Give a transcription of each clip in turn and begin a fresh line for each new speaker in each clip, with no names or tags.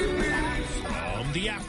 From the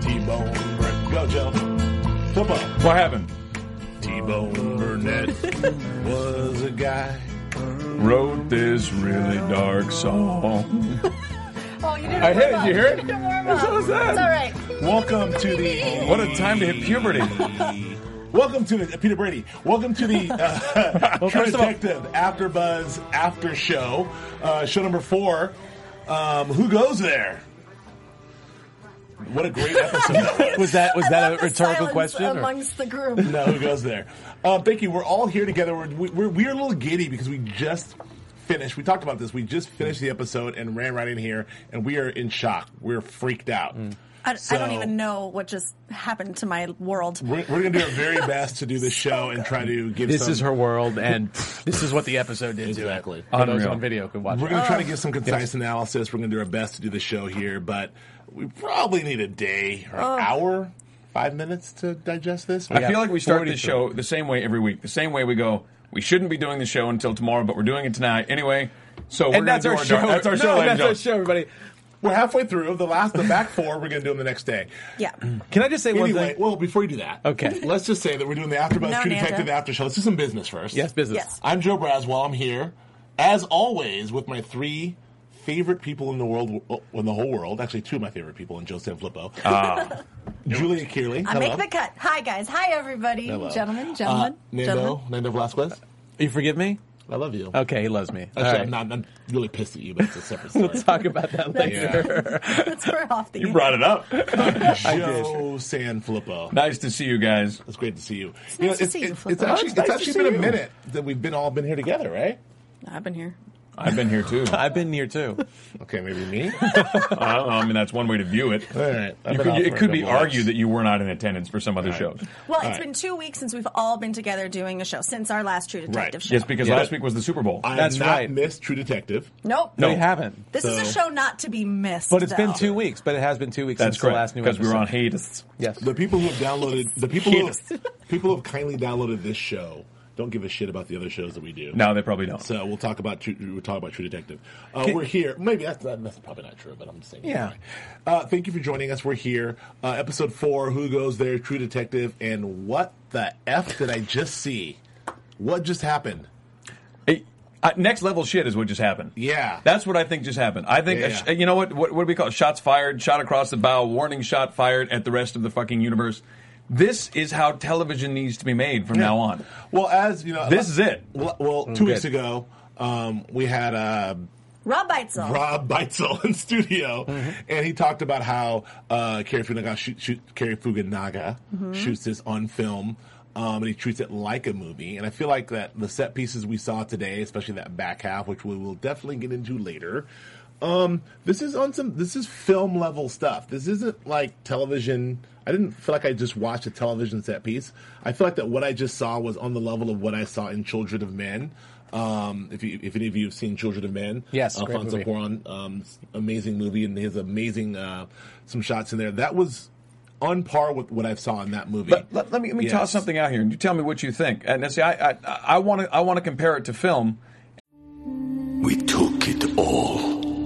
T-Bone Burnett. Go, Joe. Football.
What happened?
T-Bone Burnett was a guy.
Wrote this really dark song.
Oh, you did
I hit it. You hear it?
It's
so sad.
It's all right.
Welcome to the.
What a time to hit puberty.
Welcome to the uh, Peter Brady. Welcome to the uh, True Detective After Buzz After Show, uh, show number four. Um, who goes there? What a great episode that was.
Was that was
I
that
love
a
the
rhetorical
silence
question? or-
amongst the group.
No, who goes there? Uh, Becky, we're all here together. We're, we- we're, we're a little giddy because we just finished. We talked about this. We just finished the episode and ran right in here, and we are in shock. We're freaked out.
Mm.
I, I
So-
don't even know what just happened to my world.
We're, we're going to do our very best to do this show and try to give
This
some,
is her world, and pff, this is what the episode did
Exactly.
to it. For those
Unreal.
on video can watch
We're
it.
going to try to give some concise analysis. We're going to do our best to do the show here, but we probably need a day or an hour, five minutes to digest this.
I feel like we start this show the same way every week. The same way we go. We shouldn't be doing the show until tomorrow, but we're doing it tonight anyway. So we're
And that's
gonna
our,
do
show.
dark- That's our show.
No,
ladies and
that's our
gentlemen.
show, everybody.
We're halfway through. The last, the back four, we're going to do them the next day.
Yeah.
Can I just say one
Anyway,
thing?
well, before you do that,
Okay.
let's just say that we're doing the AfterBuzz
No,
True
Nanda.
Detective After Show. Let's do some business first.
yes, business.
Yes.
I'm Joe Braswell. I'm here, as always, with my three favorite people in the world, well, in the whole world. Actually, two of my favorite people, and Joe Sanfilippo.
Ah.
Julia Kearley.
I make the cut. Hi, guys. Hi, everybody.
Hello.
Gentlemen,
Uh,
gentlemen,
Nando,
gentlemen.
Nando Velasquez.
You forgive me?
I love you.
Okay, he loves me. All
Actually,
right.
I'm not. I'm really pissed at you, but it's a separate story.
We'll talk about that later.
That's we're off the
You brought it up.
Joe Sanfilippo.
nice to see you guys.
It's great to see you. It's
nice to see you,
it's,
Flippo. Oh,
it's actually,
It's
it's
nice to
actually
see
been
you.
a minute that we've been all been here together, right?
I've been here.
I've been here too. I
I've been here too.
Okay, maybe me.
don't know. I mean, that's one way to view it.
all right, I've
You
been
could,
off for
it
a
could be
couple weeks.
argued that you were not in attendance for some other shows.
Well, it's
right.
been two weeks since we've all been together doing a show since our last True Detective
Right.
show.
Yes, because last week was the Super Bowl.
I
That's
have not
right.
missed True Detective.
Nope.
We haven't.
This is a
So-
show not to be missed.
But it's
though.
been two weeks, but it has been two weeks
that's
since
correct.
the last new
because we were on
episode.
hiatus.
Yes.
The people who have downloaded the people who people who have kindly downloaded this show don't give a shit about the other shows that we do.
No, they probably don't.
So we'll talk about True- we'll talk about True Detective. Uh, we're here. Maybe that's not, that's probably not true, but I'm just saying.
Yeah.
anyway. Uh, thank you for joining us. We're here. Uh, episode four. Who goes there? True Detective. And what the f did I just see? What just happened?
Hey,
Uh, next level shit is what just happened.
Yeah.
That's what I think just happened. I think,
Yeah,
a sh- you know what, what, what do we call it? Shots fired, shot across the bow, warning shot fired at the rest of the fucking universe. This is how television needs to be made from
Yeah.
now on.
Well, as you know,
This is it.
Well, well
Mm,
two weeks
good.
ago, um, we had uh,
Rob Beitzel.
Rob Beitzel in studio, and he talked about how uh, Kerry Fukunaga, shoot, shoot, Kerry Fukunaga
Mm-hmm.
Mhm.
shoots this on film, um, and he treats it like a movie. And I feel like that the set pieces we saw today, especially that back half, which we will definitely get into later. Um, this is on some. This is film level stuff. This isn't like television. I didn't feel like I just watched a television set piece. I feel like that what I just saw was on the level of what I saw in Children of Men. Um, if you, if any of you have seen Children of Men,
Yes, great
Alfonso
movie.
Cuarón, um, s- amazing movie, and his amazing uh, some shots in there. That was on par with what I saw in that movie.
But let, let me, let me
Yes.
toss something out here, and you tell me what you think. And now, see, I I want to I want to compare it to film.
We took it all.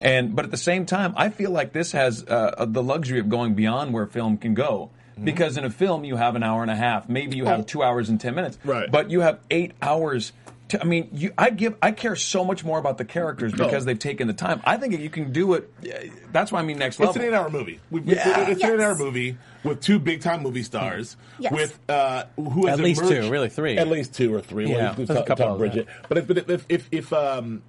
And but at the same time, I feel like this has uh, the luxury of going beyond where film can go.
Mm-hmm.
Because in a film, you have an hour and a half, maybe you
Oh.
have two hours and ten minutes, right? But you have eight hours. To, I mean, you, I give, I care so much more about the characters
No.
because they've taken the time. I think you can do it. That's why I mean next level.
It's an eight-hour movie. We,
Yeah.
It's an eight-hour movie with two big-time movie stars.
Yes.
With uh, who has
At least
emerged-
two, really three.
At least two or three. Well,
Yeah,
we've
there's a
talked-
couple
talked
of
Bridget. But if, but if, if, if, if um,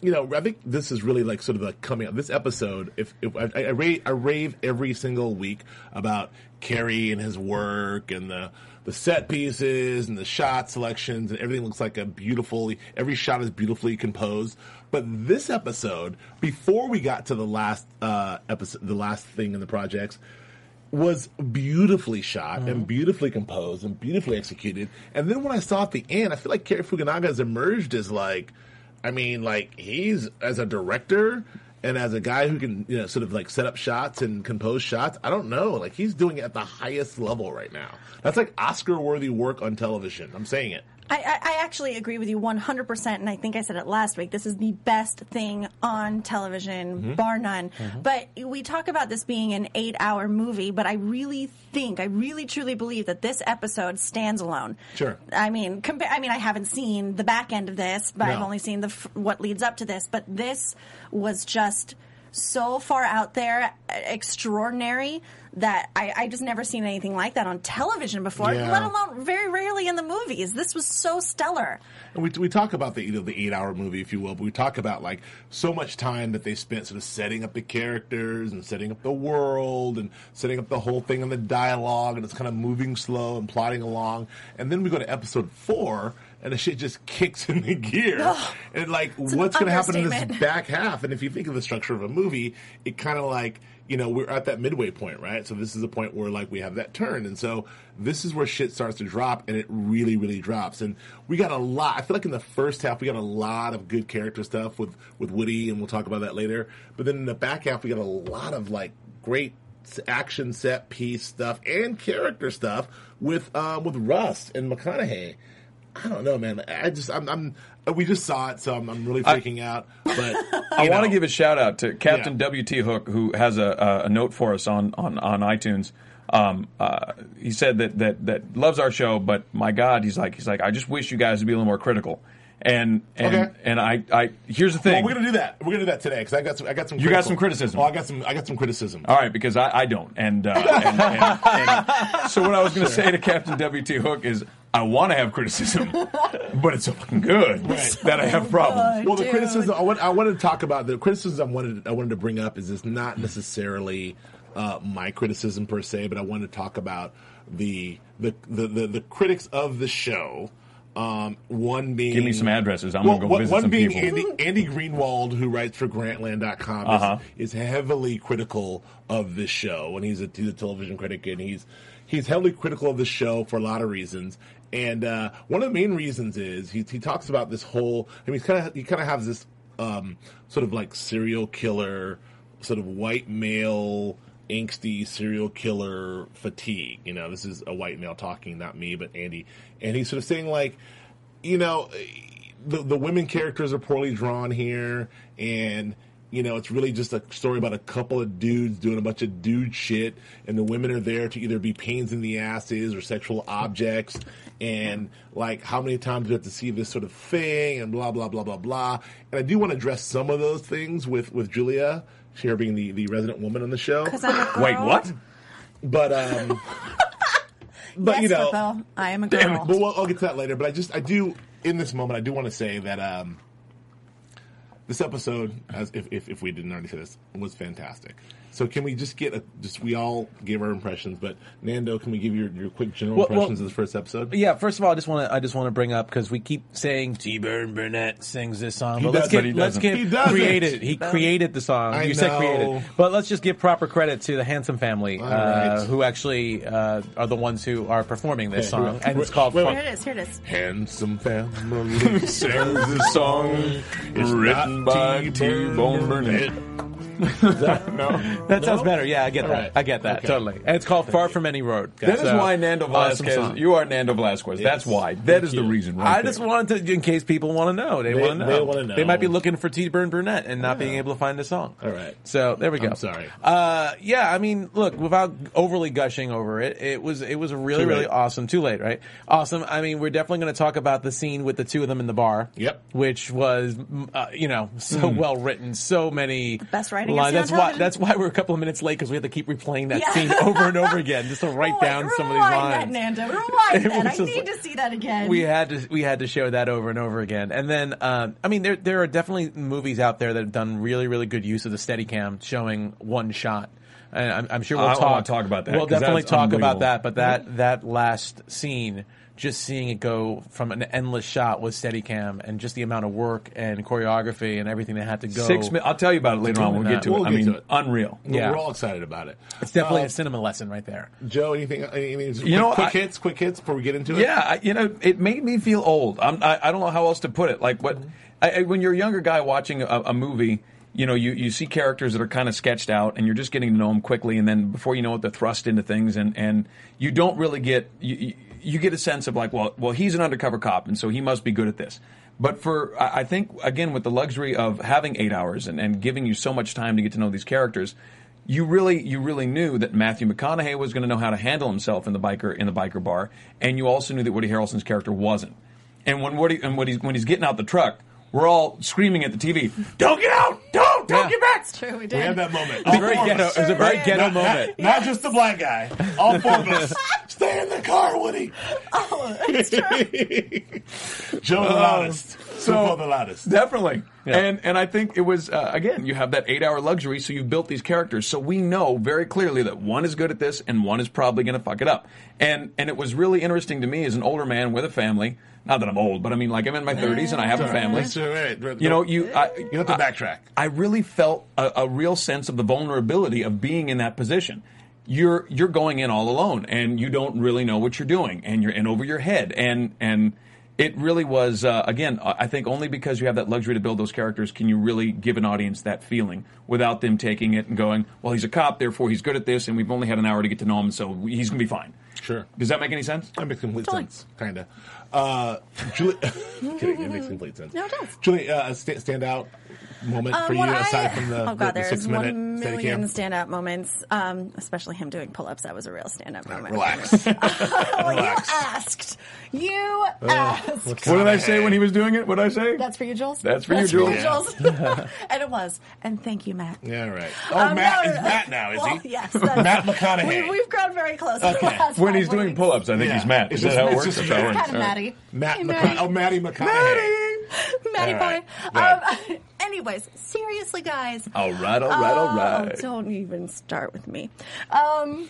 you know, I think this is really like sort of a coming out. This episode, if, if I, I, rave, I rave every single week about Carrie and his work and the the set pieces and the shot selections and everything looks like a beautiful. Every shot is beautifully composed. But this episode, before we got to the last uh, episode, the last thing in the projects, was beautifully shot and beautifully composed and beautifully executed. And then when I saw at the end, I feel like Kerry Fukunaga has emerged as like, I mean, like he's as a director and as a guy who can you know sort of like set up shots and compose shots. I don't know, like he's doing it at the highest level right now. That's like Oscar worthy work on television. I'm saying it.
I, I, I actually agree with you 100%, and I think I said it last week. This is the best thing on television,
Mm-hmm.
Mhm.
bar none.
Mhm.
But we talk about this being an eight hour movie, but I really think, I really truly believe that this episode stands alone.
Sure.
I mean, compa- I mean, I haven't seen the back end of this, but I've
No.
only seen the f- what leads up to this. But this was just so far out there, uh, extraordinary that I, I just never seen anything like that on television before.
Yeah.
Let alone very rarely in the movies. This was so stellar.
And we, we talk about the you know the eight hour movie, if you will, but we talk about like so much time that they spent sort of setting up the characters and setting up the world and setting up the whole thing and the dialogue, and it's kind of moving slow and plodding along. And then we go to episode four, and the shit just kicks into gear.
Ugh.
and like,
It's an
what's going to happen in this
understatement.
back half? And if you think of the structure of a movie, it kind of like you know we're at that midway point, right? So this is the point where like we have that turn, and so this is where shit starts to drop, and it really, really drops. And we got a lot. I feel like in the first half we got a lot of good character stuff with with Woody, and we'll talk about that later. But then in the back half we got a lot of like great s- action set piece stuff and character stuff with um, with Rust and McConaughey. I don't know, man. I just I'm, I'm we just saw it, so I'm, I'm really freaking out. But
I want to give a shout out to Captain W.T. Hook, who has a, a note for us on on, on iTunes. Um, uh, he said that, that that loves our show, but my God, he's like he's like I just wish you guys would be a little more critical. And and
Okay.
and I, I here's the thing.
Well, we're gonna do that. We're gonna do that today because I got some. I got some.
You got some
criticism. Oh, I got some. I got some criticism.
All right, because I, I don't. And, uh, and, and- and- so what I was going to say to Captain W.T. Hook is, I want to have criticism, but it's so fucking good that I have problems.
Well, the criticism I, want, I wanted to talk about the criticism I wanted I wanted to bring up is it's not necessarily uh, my criticism per se, but I wanted to talk about the the the, the, the critics of the show. Um, one being
Give me some addresses. I'm
Well,
gonna go
one-
visit
One
some
being
people.
Andy, Andy Greenwald, who writes for Grantland.com, is,
Uh-huh.
is heavily critical of this show, and he's a, he's a television critic, and he's he's heavily critical of the show for a lot of reasons. And uh, one of the main reasons is he he talks about this whole. I mean, he's kind of he kind of has this um, sort of like serial killer, sort of white male, angsty serial killer fatigue. You know, this is a white male talking, not me, but Andy, and he's sort of saying like, you know, the the women characters are poorly drawn here, and you know, it's really just a story about a couple of dudes doing a bunch of dude shit, and the women are there to either be pains in the asses or sexual objects, and like how many times we have to see this sort of thing, and blah blah blah blah blah. And I do want to address some of those things with with Julia, she her being the the resident woman on the show.
'Cause I'm a girl.
Wait, what? But um, but
yes,
you know,
Whippo, I am a girl.
Damn it. But we'll, I'll get to that later. But I just, I do, in this moment, I do want to say that um, this episode, as if, if, if we didn't already say this, was fantastic. So can we just get a, just, we all give our impressions, but Nando, can we give your, your quick general
Well, well-
impressions of this first episode?
Yeah, first of all, I just want to I just want to bring up because we keep saying T. Burn Burnett sings this song,
He
but let's
does, but
get
he
let's
doesn't.
get
He doesn't.
created. He
Doesn't.
created the song.
I
you said
know.
created, but let's just give proper credit to the Handsome Family,
All
uh,
right.
who actually uh, are the ones who are performing this
Okay.
song, and it's
Wait,
called.
wait,
Fun-
Here it is. Here it is.
Handsome family
sings a
song
written by T-Bone Burnett. That sounds better. Yeah, I get
All
that.
right.
I get that
Okay.
totally. And it's called Far from Any Road. Uh,
That is
So-
why Nando
Awesome
Velasquez.
song.
you are Nando Velasquez. That's why. That is the reason. Right
I just wanted to, in case people want to know, they,
They-
want to know.
they wanna know.
They might be looking for T. Burn Burnett and not being able to find the song.
All right.
So there we go.
I'm sorry.
Uh, yeah, I mean, look, without overly gushing over it, it was it was a really
Too late.
really awesome. Too late, right? Awesome. I mean, we're definitely going to talk about the scene with the two of them in the bar.
Yep.
Which was, mm, uh, you know, so
Hmm.
Mm.
well written, so many
best writing I've seen
lines.
on
That's why
television.
that's why we're a couple of minutes late because we had to keep replaying that
Yeah. Oh,
scene over and over again just to write down some of these
Rewind that,
lines.
Nando. Rewind
It
that.
was
I
just
need to see that again.
We had to we had to show that over and over again. And then um, I mean there there are definitely movies out there that have done really really good use of the Steadicam showing one shot. And I'm, I'm sure we'll
I- I
talk
wanna talk about that,
We'll
'cause that's
definitely talk about
unbelievable.
that. But
Mm-hmm.
that that last scene, just seeing it go from an endless shot with Steadicam, and just the amount of work and choreography and everything that had to go.
Six mi- I'll tell you about it later on.
doing
We'll get
that.
to it. I mean, unreal.
But
Yeah.
We're all excited about it.
It's definitely
Um,
a cinema lesson right there.
Joe, anything, anything just
You
quick,
know,
quick
I-
hits, quick hits before we get into it?
Yeah, I, you know, it made me feel old. I'm, I, I don't know how else to put it. Like what, I, I- when you're a younger guy watching a, a movie, you know, you, you see characters that are kind of sketched out, and you're just getting to know them quickly, and then before you know it, they're thrust into things, and and you don't really get you, you- you get a sense of like, well, well, he's an undercover cop, and so he must be good at this. But for I I think again with the luxury of having eight hours and, and giving you so much time to get to know these characters, you really you really knew that Matthew McConaughey was going to know how to handle himself in the biker in the biker bar, and you also knew that Woody Harrelson's character wasn't. And when Woody and when he's when he's getting out the truck, we're all screaming at the TV, "Don't get out! Don't don't get back!"
It's true. We
We
did.
had that moment.
It was
All
very
four of
ghetto-
us.
it was a very
Not-
ghetto
not-
moment.
Not just the black guy. All four of us. Stay in the car, Woody.
Oh, Uh, it's true.
Joe the
Um,
loudest.
so-
So the loudest.
Definitely. And and I think it was uh, again you have that eight hour luxury, so you built these characters. So we know very clearly that one is good at this, and one is probably going to fuck it up. And and it was really interesting to me as an older man with a family. Not that I'm old, but I mean like I'm in my 30s and I have a family.
It's all right.
You know, you I,
You have to
I-
backtrack.
I really felt a, a real sense of the vulnerability of being in that position. You're you're going in all alone, and you don't really know what you're doing, and you're in over your head, and and it really was uh, again. I I think only because you have that luxury to build those characters can you really give an audience that feeling without them taking it and going, well, he's a cop, therefore he's good at this, and we've only had an hour to get to know him, so he's gonna be fine.
Sure.
Does that make any sense?
That makes complete sense. Kinda. Uh, Julie, kidding, it makes complete sense.
No, it does.
Julie, uh, sta stand out moment for you
Um, when I-
aside from the,
oh god,
the, the
there's
six minute
one
steady
million stand up moments, um, especially him doing pull ups. That was a real stand up moment.
Relax. Uh,
well, you asked. You asked.
What did I say when he was doing it? What did I say?
That's for you, Jules.
That's for you, Jules.
Jules. and it was. And thank you, Matt.
Yeah, right. Um, uh,
Oh, Matt- is Matt
now, is
well,
he?
Yes. that's-
Matt McConaughey.
We, we've grown very close. in the
Okay.
last
When
five
he's doing
weeks.
pull ups, I think
Yeah.
he's Matt. Is
It's
that
just-
how it
it's
works?
just
That's how it
Matt.
works.
Kind of Maddie.
Uh, Matt
Hey,
McConaughey. Oh, Maddie McConaughey.
Maddie
All right.
boy.
Right.
Um, anyways, seriously, guys.
Oh, All right, all right, all
Oh,
right.
don't even start with me. Um,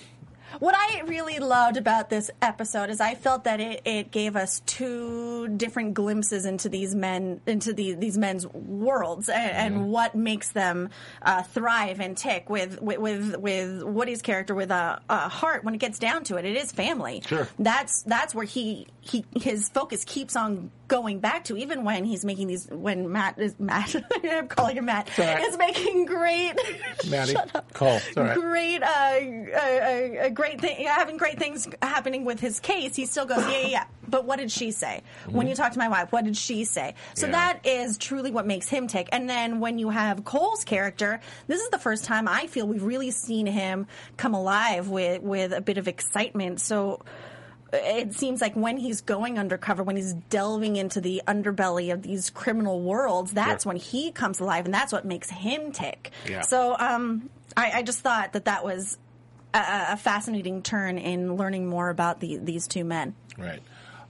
What I really loved about this episode is I felt that it, it gave us two different glimpses into these men into the, these men's worlds and, and what makes them uh, thrive and tick with with with, with Woody's character with a, a heart when it gets down to it it is family
Sure.
that's that's where he he his focus keeps on going back to even when he's making these when Matt is Matt I'm calling him Matt
Sorry.
is making great
Maddie,
Shut up.
call. It's all right.
Great, uh, uh, uh, great thing. yeah, Having great things happening with his case, he still goes, yeah, yeah. yeah. But what did she say when
Mhm.
you talk to my wife? What did she say? So
Yeah.
that is truly what makes him tick. And then when you have Cole's character, this is the first time I feel we've really seen him come alive with with a bit of excitement. So it seems like when he's going undercover, when he's delving into the underbelly of these criminal worlds, that's
Sure.
when he comes alive, and that's what makes him tick.
Yeah.
So um, I, I just thought that that was a- a, a fascinating turn in learning more about the, these two men.
Right.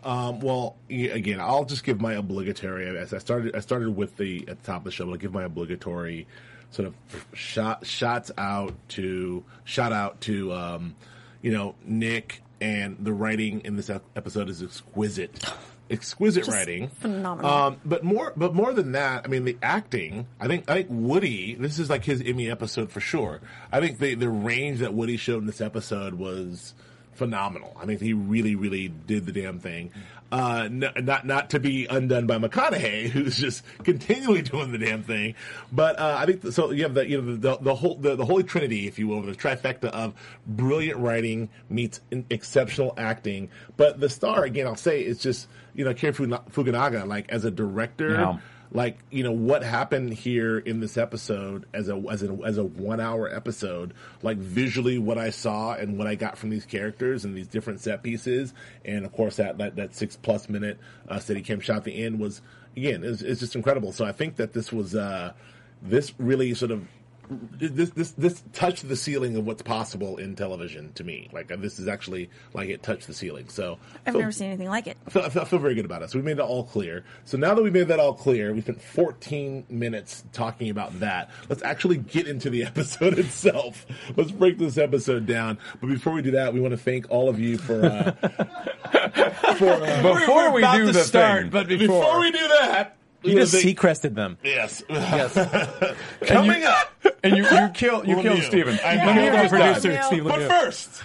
Um, well, y- again, I'll just give my obligatory. As I started, I started with the at the top of the show. I'm gonna give my obligatory sort of shot shots out to shout out to um, you know Nick and the writing in this ep- episode is exquisite, exquisite
Just
writing,
phenomenal.
Um, but more, but more than that, I mean, the acting. I think, I think Woody. This is like his Emmy episode for sure. I think the the range that Woody showed in this episode was phenomenal. I think he really, really did the damn thing. Uh, n- not not to be undone by McConaughey, who's just continually doing the damn thing. But uh, I think th- so. You have the you know the, the whole the, the holy trinity, if you will, the trifecta of brilliant writing meets in- exceptional acting. But the star, again, I'll say, is just you know Kerry Funa- Fukunaga, like as a director
Yeah.
like you know what happened here in this episode as a as a as a one hour episode like visually what i saw and what i got from these characters and these different set pieces and of course that that, that six plus minute uh city cam shot at the end was again it's, it's just incredible so i think that this was uh this really sort of this this this touched the ceiling of what's possible in television to me like uh, this is actually like it touched the ceiling so
I've
so-
never seen anything like it.
I feel, I, feel, I feel very good about it. So we made that all clear. So now that we made that all clear, we spent 14 minutes talking about that. Let's actually get into the episode itself. Let's break this episode down. But before we do that, we want to thank all of you for. Uh, for uh,
Before We're we about do to the start,
thing. but
before-
we do that, we
You
wanna
just
thank-
seacrested them.
Yes.
Coming
up,
and you you kill you
Lemieux.
killed Steven.
I
You
know.
killed
First
your producer,
time.
Steve Mm-hmm.
But
Lemieux.
first,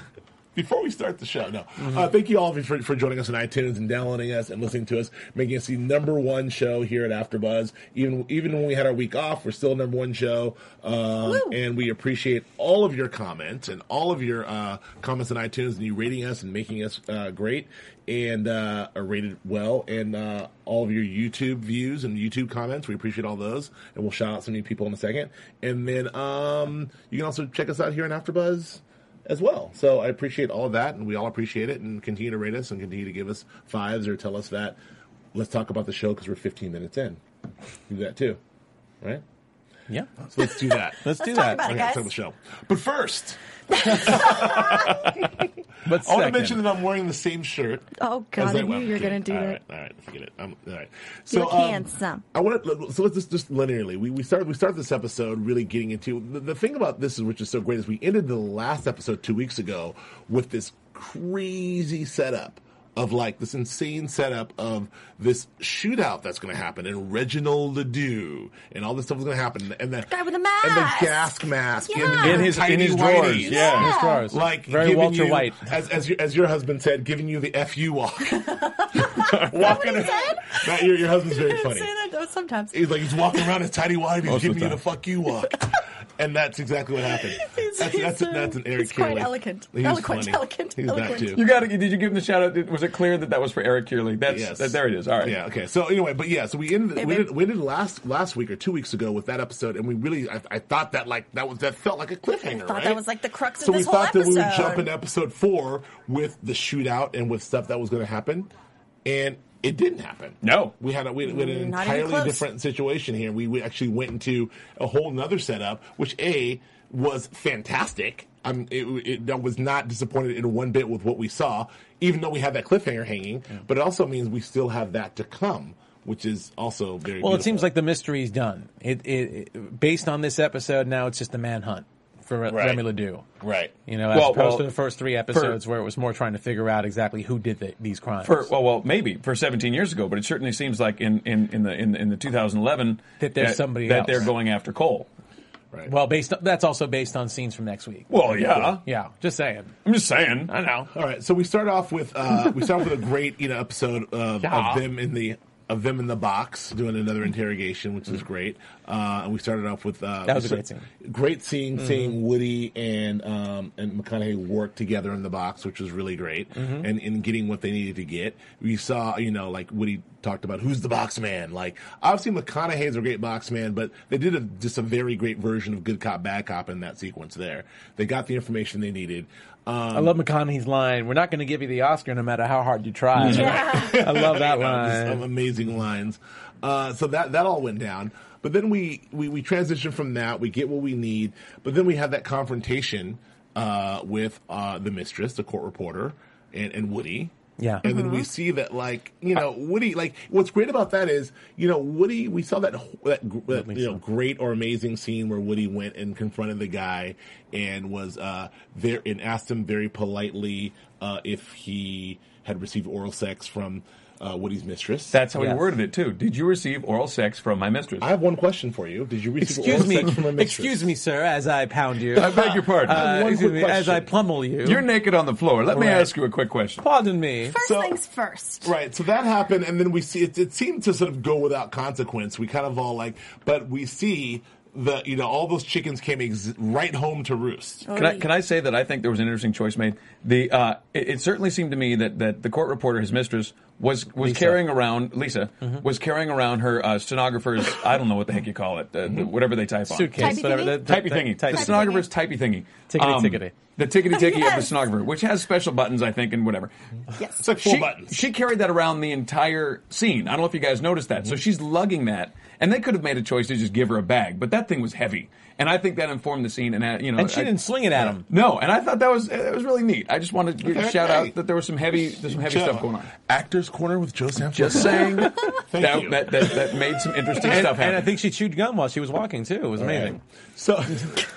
before we start the show, no. Uh, thank you all of you for, for joining us on iTunes and downloading us and listening to us, making us the number one show here at AfterBuzz. Even even when we had our week off, we're still number one show, um, and we appreciate all of your comments and all of your uh, comments on iTunes and you rating us and making us uh, great and uh, are rated well and uh, all of your YouTube views and YouTube comments. We appreciate all those, and we'll shout out some new people in a second. And then um, you can also check us out here on AfterBuzz as well. So I appreciate all of that, and we all appreciate it, and continue to rate us and continue to give us fives or tell us that. Let's talk about the show because we're 15 minutes in. Do that too, right?
Yeah.
So let's do that.
Let's do Let's talk that. about it,
okay, let's
guys.
talk about the show. But first,
But
I want to
second.
mention that I'm wearing the same shirt.
Oh, God,
as
I knew you were
forget
gonna
it.
do
All
that.
right, all right, forget it. I'm, all right.
Look
um,
handsome.
I want to. So let's just, just linearly. We we started we started this episode really getting into the, the thing about this is which is so great is we ended the last episode two weeks ago with this crazy setup of like this insane setup of this shootout that's going to happen and Reginald Ledoux and all this stuff is going to happen and the
guy with a
and
mask.
the gas mask
Yeah.
the
In his- in
tidy
his drawers.
whities.
Yeah, in his drawers.
like
Very
giving
Walter
you-
White.
as as your, as your husband said giving you the fu walk walking Matt, your, your husband's very funny
Say that though sometimes.
He's like he's walking around his tidy whities,
Most of
giving
the
you the fuck you walk, and that's exactly what happened. That's that's, that's an Eric
he's quite
Kierley.
elegant.
He's
Eloquent,
funny.
elegant,
He's
eloquent.
that too.
You got to. Did you give him the shout out? Did- Was it clear that that was for Eric Kearley? That's
Yes.
that, there it is. All right.
Yeah. Okay. So anyway, but yeah, so we ended we did, we ended last last week or two weeks ago with that episode, and we really I, I thought that like that was that felt like a cliffhanger.
I thought
right?
that was like the crux of
so
this
we
whole
thought
episode.
that we would jump into episode four with the shootout and with stuff that was going to happen, and it didn't happen. No, we had a, we, had- we had an
Not even
entirely
close.
different situation here. We, we actually went into a whole nother setup, which a was fantastic. I'm it, it, I was not disappointed in one bit with what we saw, even though we had that cliffhanger hanging. But it also means we still have that to come, which is also very
Well, it
beautiful.
seems like the mystery's done. It, it, it based on this episode now, it's just a manhunt for Re-
Right.
Remy Ledoux.
Right.
You know, as
Well,
opposed
well,
to the first three
for-
episodes where it was more trying to figure out exactly who did the, these crimes.
For well, well, maybe for 17 years ago, but it certainly seems like in in, in the in, in the 2011
That there's somebody
that
else.
they're going after Cole.
Well, based on, that's also based on scenes from next week.
Well, yeah.
yeah. Just saying.
I'm just saying.
I know.
All right, so we start off with uh, we start off with a great you know episode of,
Yeah.
of them in the of them in the box doing another interrogation, which is great. Uh, and we started off with uh,
That was a
so-
great scene.
Great seeing
Mhm.
seeing Woody and um, and McConaughey work together in the box, which was really great,
Mhm.
and in getting what they needed to get. We saw you know like Woody talked about who's the box man. Like obviously McConaughey's a great box man, but they did a, just a very great version of good cop bad cop in that sequence. There, they got the information they needed. Um,
I love McConaughey's line. We're not going to give you the Oscar no matter how hard you try. I love
Yeah,
that
just
line.
some amazing lines. Uh, so that that all went down. But then we, we we transition from that. We get what we need. But then we have that confrontation uh, with uh, the mistress, the court reporter, and, and Woody.
Yeah.
And then
Mm-hmm.
we see that, like, you know, Woody, like, what's great about that is, you know, Woody, we saw that, wh- that, gr- that you know, great or amazing scene where Woody went and confronted the guy and was, uh, there and asked him very politely, uh, if he had received oral sex from, uh, Woody's mistress.
That's how he worded it too. Did you receive oral sex from my mistress?
I have one question for you. Did you receive
Excuse
oral
me,
sex from a mistress?
excuse me, sir, as I pound you.
I beg your pardon.
Uh,
One
excuse
quick
me, as
question.
I pummel you.
You're naked on the floor. Let me
Right.
ask you a quick question.
Pardon me.
First
uh,
things first.
Right. So that happened, and then we see it, it seemed to sort of go without consequence. We kind of all like, but we see the you know all those chickens came ex- right home to roost.
Can I, can I say that I think there was an interesting choice made? The uh, it, it certainly seemed to me that, that the court reporter, his mistress, was was
Lisa. Mm-hmm.
carrying around Lisa was carrying around her uh, stenographer's. I don't know what the heck you call it, uh, the- whatever they type on
Suitcase, Typey whatever, thingy? the- the-
typey
the-
thingy.
typey
the
thingy.
stenographer's typey thingy. Um,
Tickety tickety.
The tickety ticky of the stenographer, which has special buttons, I think, and whatever.
Yes.
It's like four
She,
buttons.
she carried that around the entire scene. I don't know if you guys noticed that. So she's lugging that, and they could have made a choice to just give her a bag, but that thing was heavy, and I think that informed the scene. And uh, you know,
And she
I-
didn't sling it at him.
No, and I thought that was that was really neat. I just wanted to
Okay.
shout
Hey.
out that there was some heavy there's some heavy
Joe.
stuff going on.
Actors Corner with Joseph.
Just saying, that,
Thank you.
that, that that made some interesting
And,
stuff happen.
and I think she chewed gum while she was walking, too. It was amazing.
So,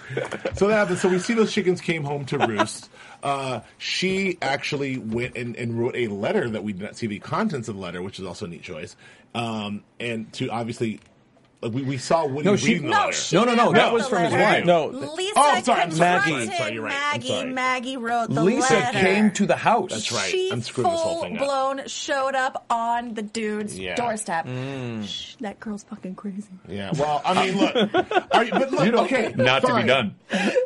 so that happened. So we see those chickens came home to roost. Uh, she actually went and, and wrote a letter that we did not see the contents of the letter, which is also a neat choice. Um, and to obviously, like we, we saw Woody
No, she-
reading the
No,
letter.
she No, no, no, didn't that write was the from his letter. wife. No.
Lisa
oh, I'm sorry. I'm sorry.
confronted
I'm sorry. You're right. I'm
Maggie.
sorry.
Maggie wrote the
Lisa
letter.
came to the house.
That's right.
She
I'm screwing this whole thing up.
blown showed up on the dude's
Yeah.
doorstep.
Mm.
Shh, that girl's fucking crazy.
Yeah. Well, I mean, look. Are you, but look, okay.
Not to be
fine.
done.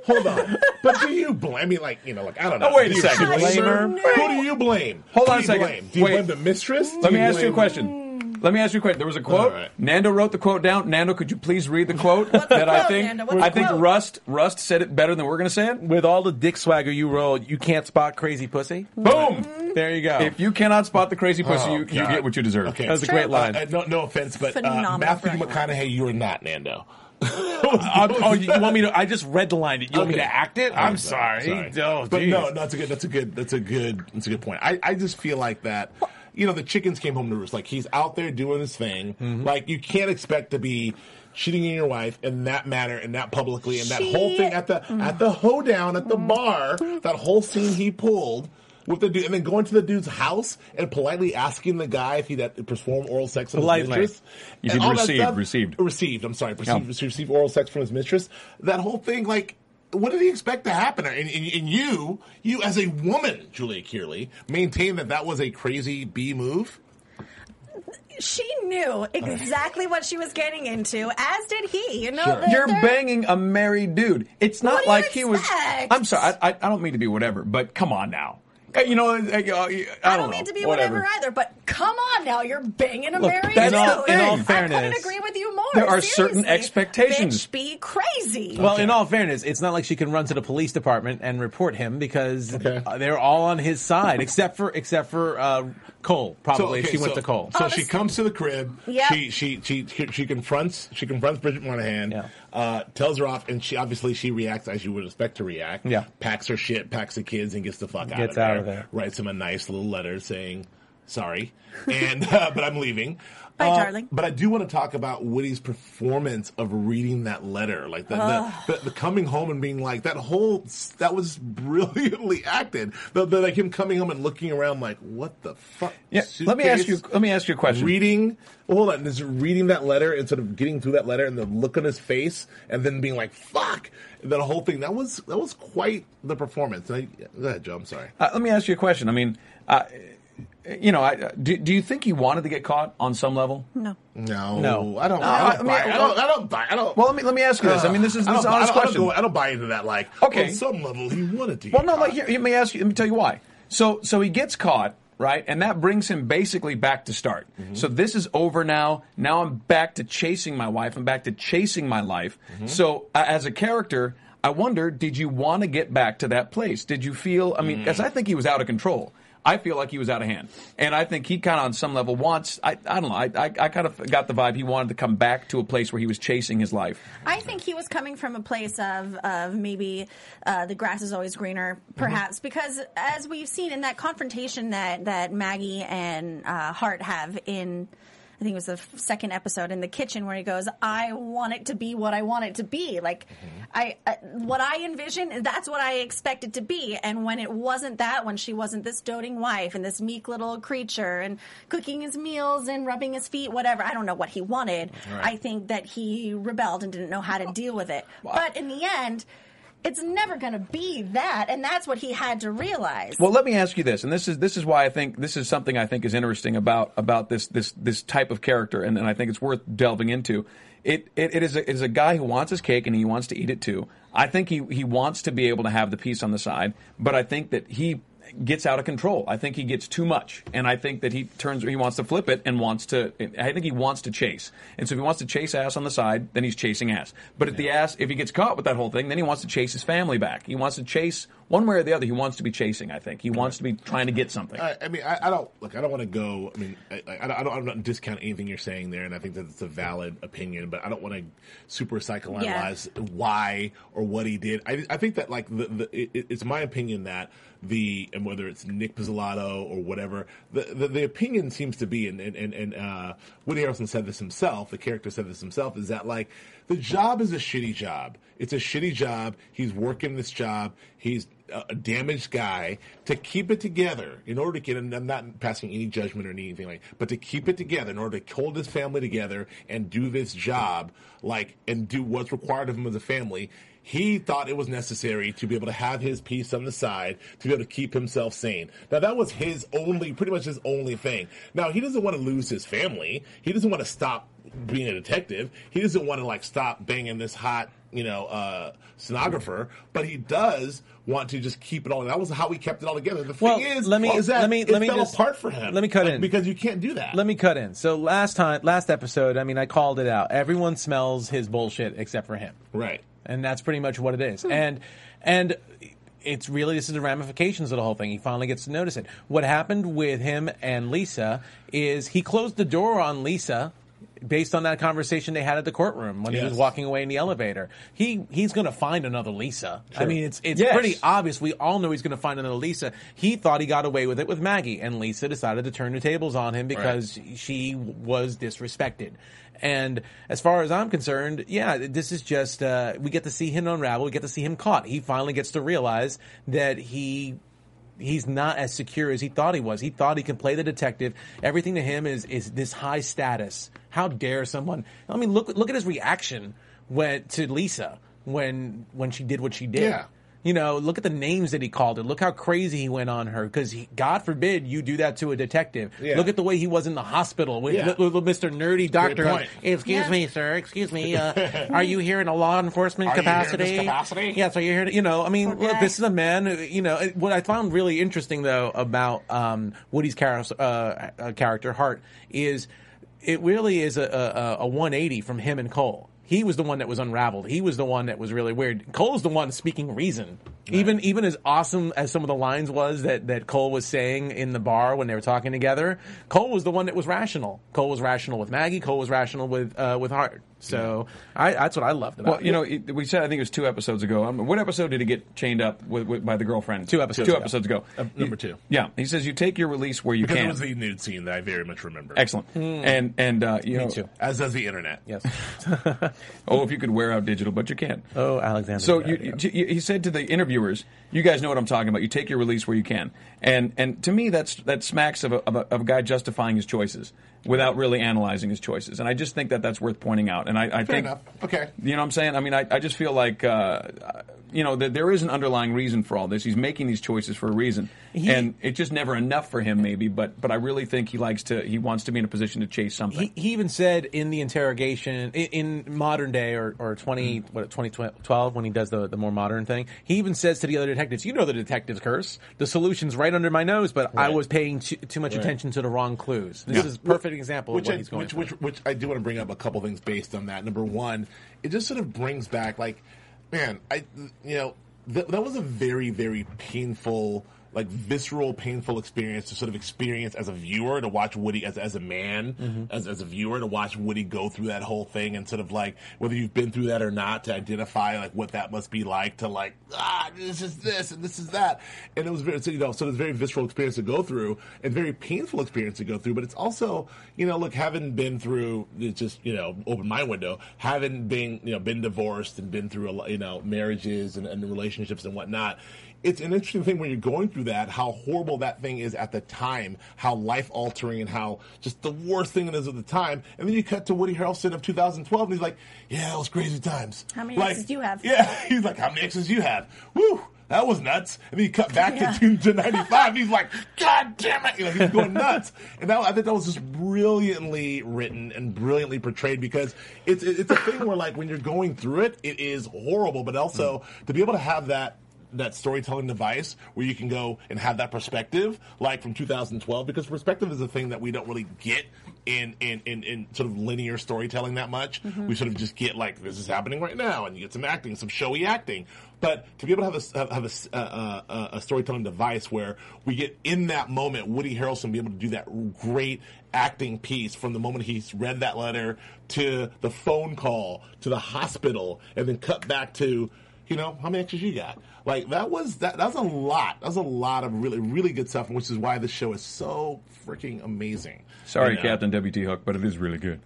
Hold on. But do you blame? I mean, like, you know, like, I don't know.
Oh, wait a
Do you
second.
Blame her?
Blame
Who do you blame?
Hold
Who
on
do
a
you
second.
Blame? Do you
Wait.
blame the mistress? Do
Let me ask you a
blame-
question. Let me ask you a question. There was a quote.
All right.
Nando wrote the quote down. Nando, could you please read the quote that I
quote,
think
Nando? What's
I
the
think
quote?
Rust Rust said it better than we're going to say it.
With all the dick swagger you rolled, you can't spot crazy pussy. Mm-hmm.
Boom.
There you go.
If you cannot spot the crazy pussy,
Oh,
you, you
God.
get what you deserve.
Okay.
That was a great line.
Uh, no, no offense, but uh,
Phenomenal
Matthew McConaughey, you are not Nando.
I'm- oh, you you want me to? I just redlined it. You want me
Okay.
to act it?
Oh,
I'm sorry. Oh,
but
geez.
no, no, that's a good. That's a good. That's a good. That's a good point. I, I just feel like that. You know, the chickens came home to roost. Like he's out there doing his thing.
Mm-hmm.
Like you can't expect to be cheating on your wife in that manner and that publicly and that
She-
whole thing at the at the hoedown at the
Mm-hmm.
bar. That whole scene he pulled. With the dude, and then going to the dude's house and politely asking the guy if he'd had to perform oral sex on his
Politely.
mistress.
You
and
did
all that
receive,
stuff.
received.
Received, I'm sorry, received,
Yeah.
received oral sex from his mistress. That whole thing, like, what did he expect to happen? And, and, and you, you as a woman, Julia Kearley, maintain that that was a crazy B move?
She knew exactly what she was getting into, as did he. You know,
Sure.
they're-
You're
they're-
banging a married dude. It's not
do you
like he was.
expect?
I'm sorry. I, I, I don't mean to be whatever, but come on now. Uh, You know, I, I, I don't,
I don't mean to be whatever. either, but come on now, you're banging a
Look,
married
that's
dude.
the thing. In all
I couldn't
fairness,
agree with you more.
there are certain
Seriously.
expectations.
Bitch, be crazy.
Well, in all fairness, it's not like she can run to the police department and report him because uh, they're all on his side, except for except for uh, Cole. Probably
okay,
she went
so-
to Cole.
So she comes to the crib.
Oh, Yep.
She, she she she confronts she confronts Bridget Moynihan. Uh, tells her off, and she obviously she reacts as you would expect to react.
Yeah.
Packs her shit, packs the kids, and gets the fuck out,
Gets
of,
out
there.
of there.
Writes him a nice little letter saying, Sorry, and uh, but I'm leaving.
Bye,
Uh,
darling.
But I do want to talk about Woody's performance of reading that letter, like the, the,
Ugh.
the, the coming home and being like that whole that was brilliantly acted. The, the, like him coming home and looking around, like what the fuck.
Yeah, let me ask
Suitcase?
you- let me ask you a question.
Reading, Oh, hold on, just reading that letter and sort of getting through that letter and the look on his face, and then being like fuck. That whole thing that was that was quite the performance. And I, go ahead, Joe. I'm sorry.
Uh, let me ask you a question. I mean, uh, you know, I, do, do you think he wanted to get caught on some level?
No.
No,
No.
I don't.
No,
I
I
don't
mean,
buy. I don't. I don't buy. I don't.
Well, let me let me ask you this. I mean, this is
Uh, I
this is an
don't- I
honest
don't- I don't
question.
go- I don't buy into that. Like,
Okay.
on some level, he wanted to.
Well, no, like here, let me ask you. Let me tell you why. So, so he gets caught, right? And that brings him basically back to start. So this is over now. Now I'm back to chasing my wife. I'm back to chasing my life. So, uh, as a character, I wonder, did you want to get back to that place? Did you feel? I mean, because I think he was out of control. I feel like he was out of hand, and I think he kind of, on some level, wants. I, I don't know. I, I, I kind of got the vibe he wanted to come back to a place where he was chasing his life.
I think he was coming from a place of of maybe uh, the grass is always greener, perhaps, because as we've seen in that confrontation that that Maggie and uh, Hart have in. I think it was the f- second episode in the kitchen where he goes, "I want it to be what I want it to be. Like, I uh, what I envision, that's what I expect it to be. And when it wasn't that, when she wasn't this doting wife and this meek little creature and cooking his meals and rubbing his feet, whatever. I don't know what he wanted.
Right.
I think that he rebelled and didn't know how to deal with it. But in the end, it's never going to be that, and that's what he had to realize.
Well, let me ask you this, and this is this is why I think this is something I think is interesting about about this this this type of character, and, and I think it's worth delving into. It, it, it is a, it is a guy who wants his cake and he wants to eat it too. I think he he wants to be able to have the piece on the side, but I think that he gets out of control. I think he gets too much, and I think that he turns he wants to flip it and wants to. I think he wants to chase, and so if he wants to chase ass on the side, then he's chasing ass. But if the ass, if he gets caught with that whole thing, then he wants to chase his family back. He wants to chase one way or the other. He wants to be chasing. I think he wants to be trying to get something.
I, I mean, I, I don't look. I don't want to go. I mean, I, I, I don't. I'm not discount anything you're saying there, and I think that it's a valid opinion. But I don't want to super psychoanalyze why or what he did. I, I think that like the, the it- it, it's my opinion that the and whether it's Nick Pizzolatto or whatever the the, the opinion seems to be and and and, and uh, Woody Harrelson said this himself. The character said this himself is that like the job is a shitty job. It's a shitty job. He's working this job. He's a a damaged guy to keep it together in order to get and I'm not passing any judgment or anything like but to keep it together in order to hold his family together and do this job like and do what's required of him as a family he thought it was necessary to be able to have his piece on the side to be able to keep himself sane now that was his only pretty much his only thing now he doesn't want to lose his family he doesn't want to stop being a detective. He doesn't want to like stop banging this hot, you know, uh, stenographer, but he does want to just keep it all. That was how he kept it all together. The thing is,
let me-
is that
let me-
it
let me
fell
just-
apart for him.
let me cut
Like,
in.
because you can't do that.
Let me cut in. So last time, last episode, I mean, I called it out. Everyone smells his bullshit except for him.
Right.
And that's pretty much what it is.
Hmm.
And and it's really this is the ramifications of the whole thing. He finally gets to notice it. What happened with him and Lisa is he closed the door on Lisa based on that conversation they had at the courtroom when he was
Yes.
walking away in the elevator. He he's going to find another Lisa. I
Sure.
mean, it's it's
Yes.
pretty obvious. We all know he's going to find another Lisa. He thought he got away with it with Maggie, and Lisa decided to turn the tables on him because she was disrespected. And as far as I'm concerned, yeah, this is just uh, we get to see him unravel. We get to see him caught. He finally gets to realize that he he's not as secure as he thought he was. He thought he could play the detective. Everything to him is is this high status. How dare someone? I mean, look look at his reaction when to Lisa when when she did what she did.
Yeah.
You know, look at the names that he called her. Look how crazy he went on her. Because God forbid you do that to a detective.
Yeah.
Look at the way he was in the hospital with
Yeah.
little, Mister Nerdy Doctor.
point.
Excuse
Yeah.
me, sir. Excuse me. Uh, are you here in a law enforcement
Are you here in this
capacity?
capacity?
Yes. Are you here? To, you know, I mean,
Poor
look,
guy.
this is a man. who- You know, it- what I found really interesting though about um, Woody's char- uh, uh, character Hart is it really is a, a, a 180 from him and Cole. He was the one that was unraveled. He was the one that was really weird. Cole's the one speaking reason. Even even as awesome as some of the lines was that, that Cole was saying in the bar when they were talking together, Cole was the one that was rational. Cole was rational with Maggie. Cole was rational with uh, with Hart. So I, that's what I loved about
Well,
it.
you know, it, we said I think it was two episodes ago. Um, what episode did he get chained up with, with, by the girlfriend? Two
episodes
Two
ago.
episodes ago.
Uh, number two.
Yeah, he says you take your release where you
because
can.
it was the nude scene that I very much remember.
Excellent. And and uh, you
Me
know,
too. As does the internet.
Yes.
oh, if you could wear out digital, but you can't.
Oh, Alexander.
So you, you, he said to the interviewers, "You guys know what I'm talking about. You take your release where you can." And and to me, that's that smacks of a, of a, of a guy justifying his choices without really analyzing his choices. And I just think that that's worth pointing out. And I, I
Fair
think
enough. Okay.
you know what I'm saying? I mean, I, I just feel like, uh, you know, that there is an underlying reason for all this. He's making these choices for a reason.
He-
and it's just never enough for him, maybe. But, but I really think he likes to, he wants to be in a position to chase something.
He, he even said in the interrogation i- in, in modern day or, or 20
Mm.
what 2012 when he does the, the more modern thing he even says to the other detectives you know the detectives curse the solution's right under my nose but I was paying too, too much
Right.
attention to the wrong clues this is a perfect example
Which
of what
I,
he's going
which,
for.
which, which I do want to bring up a couple things based on that. Number one, it just sort of brings back like, man, I you know th- that was a very very painful. Like visceral, painful experience to sort of experience as a viewer to watch Woody as as a man,
Mm-hmm.
as as a viewer to watch Woody go through that whole thing and sort of like whether you've been through that or not to identify like what that must be like to like ah this is this and this is that and it was very so, you know so it's a very visceral experience to go through and very painful experience to go through but it's also you know look having been through it's just you know open my window having been you know been divorced and been through a lot you know marriages and, and relationships and whatnot it's an interesting thing when you're going through that how horrible that thing is at the time how life altering and how just the worst thing it is at the time and then you cut to woody harrelson of 2012 and he's like yeah it was crazy times
How many
Like,
exes do you have?
yeah he's like how many exes you have woo that was nuts and then he cut back
Yeah.
to, two- to 95 and he's like god damn it you know, he's going nuts and that, i think that was just brilliantly written and brilliantly portrayed because it's it's a thing where like when you're going through it it is horrible but also to be able to have that that storytelling device where you can go and have that perspective, like from 2012, because perspective is a thing that we don't really get in in, in, in sort of linear storytelling that much.
Mhm.
We sort of just get like this is happening right now, and you get some acting, some showy acting. But to be able to have a s- have a, s- uh, uh, uh, a storytelling device where we get in that moment, Woody Harrelson be able to do that great acting piece from the moment he's read that letter to the phone call to the hospital, and then cut back to you know how many extras you got like that was that that was a lot that was a lot of really really good stuff which is why this show is so freaking amazing uh,
Sorry,
You know?
Captain W.T. Hook, but it is really good.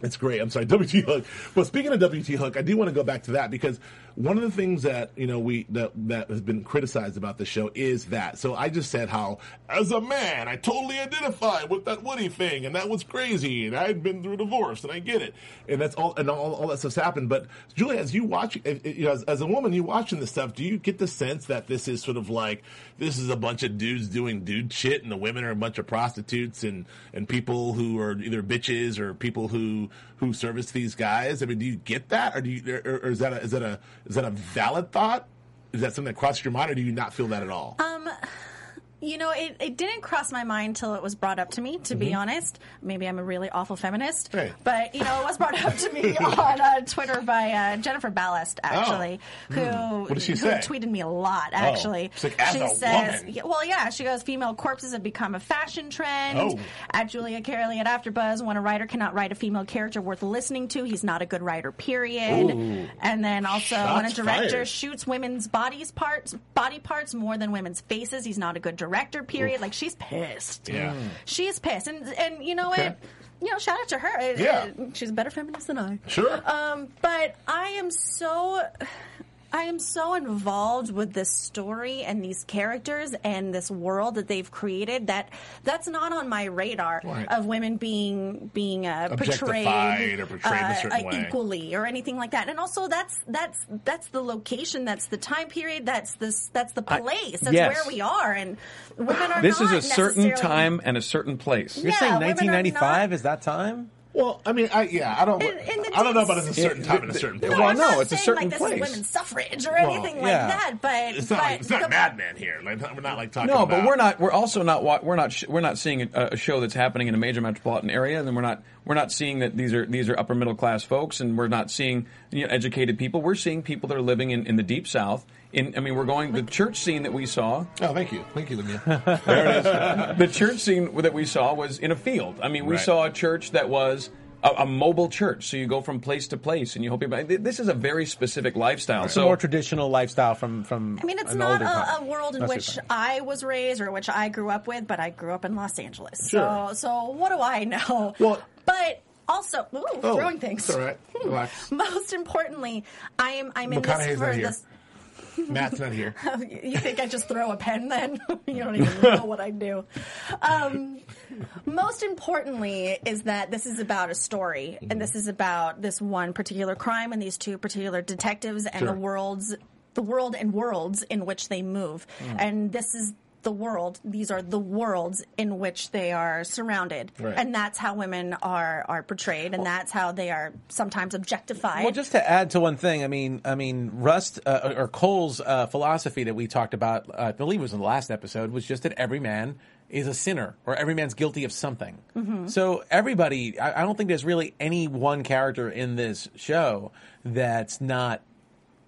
It's great. I'm sorry, WT Hook. Well, speaking of WT Hook, I do want to go back to that because one of the things that you know we that that has been criticized about the show is that. So I just said how, as a man, I totally identify with that Woody thing, and that was crazy, and I had been through divorce, and I get it, and that's all, and all, all that stuff's happened. But Julie, as you watch, if- if- you know, as, as a woman, you watching this stuff, do you get the sense that this is sort of like this is a bunch of dudes doing dude shit, and the women are a bunch of prostitutes and and people who are either bitches or people who who service these guys. I mean, do you get that, or do you, or, or is that a, is that a is that a valid thought? Is that something that crosses your mind, or do you not feel that at all?
Um, you know, it, it didn't cross my mind till it was brought up to me, to be
Mhm.
honest. Maybe I'm a really awful feminist.
Right.
But, you know, it was brought up to me on uh, Twitter by uh, Jennifer Ballast, actually, who,
Oh. Hmm. What did she
who
say?
tweeted me a lot,
Oh.
actually.
She's like, "As
she
a
says,
woman."
Yeah, well, yeah, she goes, female corpses have become a fashion trend.
Oh.
At Julia Carey at AfterBuzz, when a writer cannot write a female character worth listening to, he's not a good writer, period.
Ooh.
And then also, when a
Shots
director
fired.
shoots women's bodies parts body parts more than women's faces. He's not a good director. Period.
Oof.
Like she's pissed.
Yeah. Mm.
she's pissed. And and you know
Okay.
what? You know, shout out to her. It-
Yeah.
it- she's a better feminist than I.
Sure.
Um, but I am so. I am so involved with this story and these characters and this world that they've created that that's not on my radar
Right.
of women being being uh,
Objectified
portrayed uh,
or portrayed a certain way.
equally or anything like that. And also that's that's that's the location, that's the time period, that's this that's the
I-
place, that's
yes.
where we are, and women are.
This is a
not
certain
necessarily-
time and a certain place.
You're Yeah, saying women are 1995
is that time?
Well, I mean, I yeah, I don't. I don't know about it's a certain time and a certain place.
No, I'm not saying, like, this is women's suffrage or
Well,
anything
yeah.
like that, but
It's not,
but
like, it's not
the-
Mad Men here. Like, we're not like talking
No,
about.
but we're not. We're also not. wa- We're not. sh- We're not seeing a, a show that's happening in a major metropolitan area, and then we're not. We're not seeing that these are these are upper middle class folks, and we're not seeing you know, educated people. We're seeing people that are living in, in the deep south. In I mean, we're going the church scene that we saw.
Oh, thank you, thank you, Lemia.
there it is. The church scene that we saw was in a field. I mean, we
Right.
saw a church that was a, a mobile church, so you go from place to place, and you hope. Everybody, th- this is a very specific lifestyle.
It's
Oh, so
a more traditional lifestyle from from.
I mean, it's
an
not
older
a, a
time.
world in
That's
which
different.
I was raised or which I grew up with, but I grew up in Los Angeles.
Sure.
So, so what do I know?
Well-
but also, ooh,
Oh,
throwing things.
it's all right. Relax.
Most importantly, I'm I'm in
McConaughey's
this for
not here.
this.
Matt's not here.
you think I just throw a pen then? you don't even know what I do. Um, most importantly is that this is about a story, and this is about this one particular crime and these two particular detectives and
Sure.
the worlds, the world and worlds in which they move.
Hmm.
Mm.
And this is the world; these are the worlds in which they are surrounded,
Right.
and that's how women are are portrayed, and that's how they are sometimes objectified.
Well, just to add to one thing, I mean, I mean, Rust uh, or Cole's uh, philosophy that we talked about, uh, I believe it was in the last episode, was just that every man is a sinner or every man's guilty of something.
Mhm.
So everybody, I, I don't think there's really any one character in this show that's not.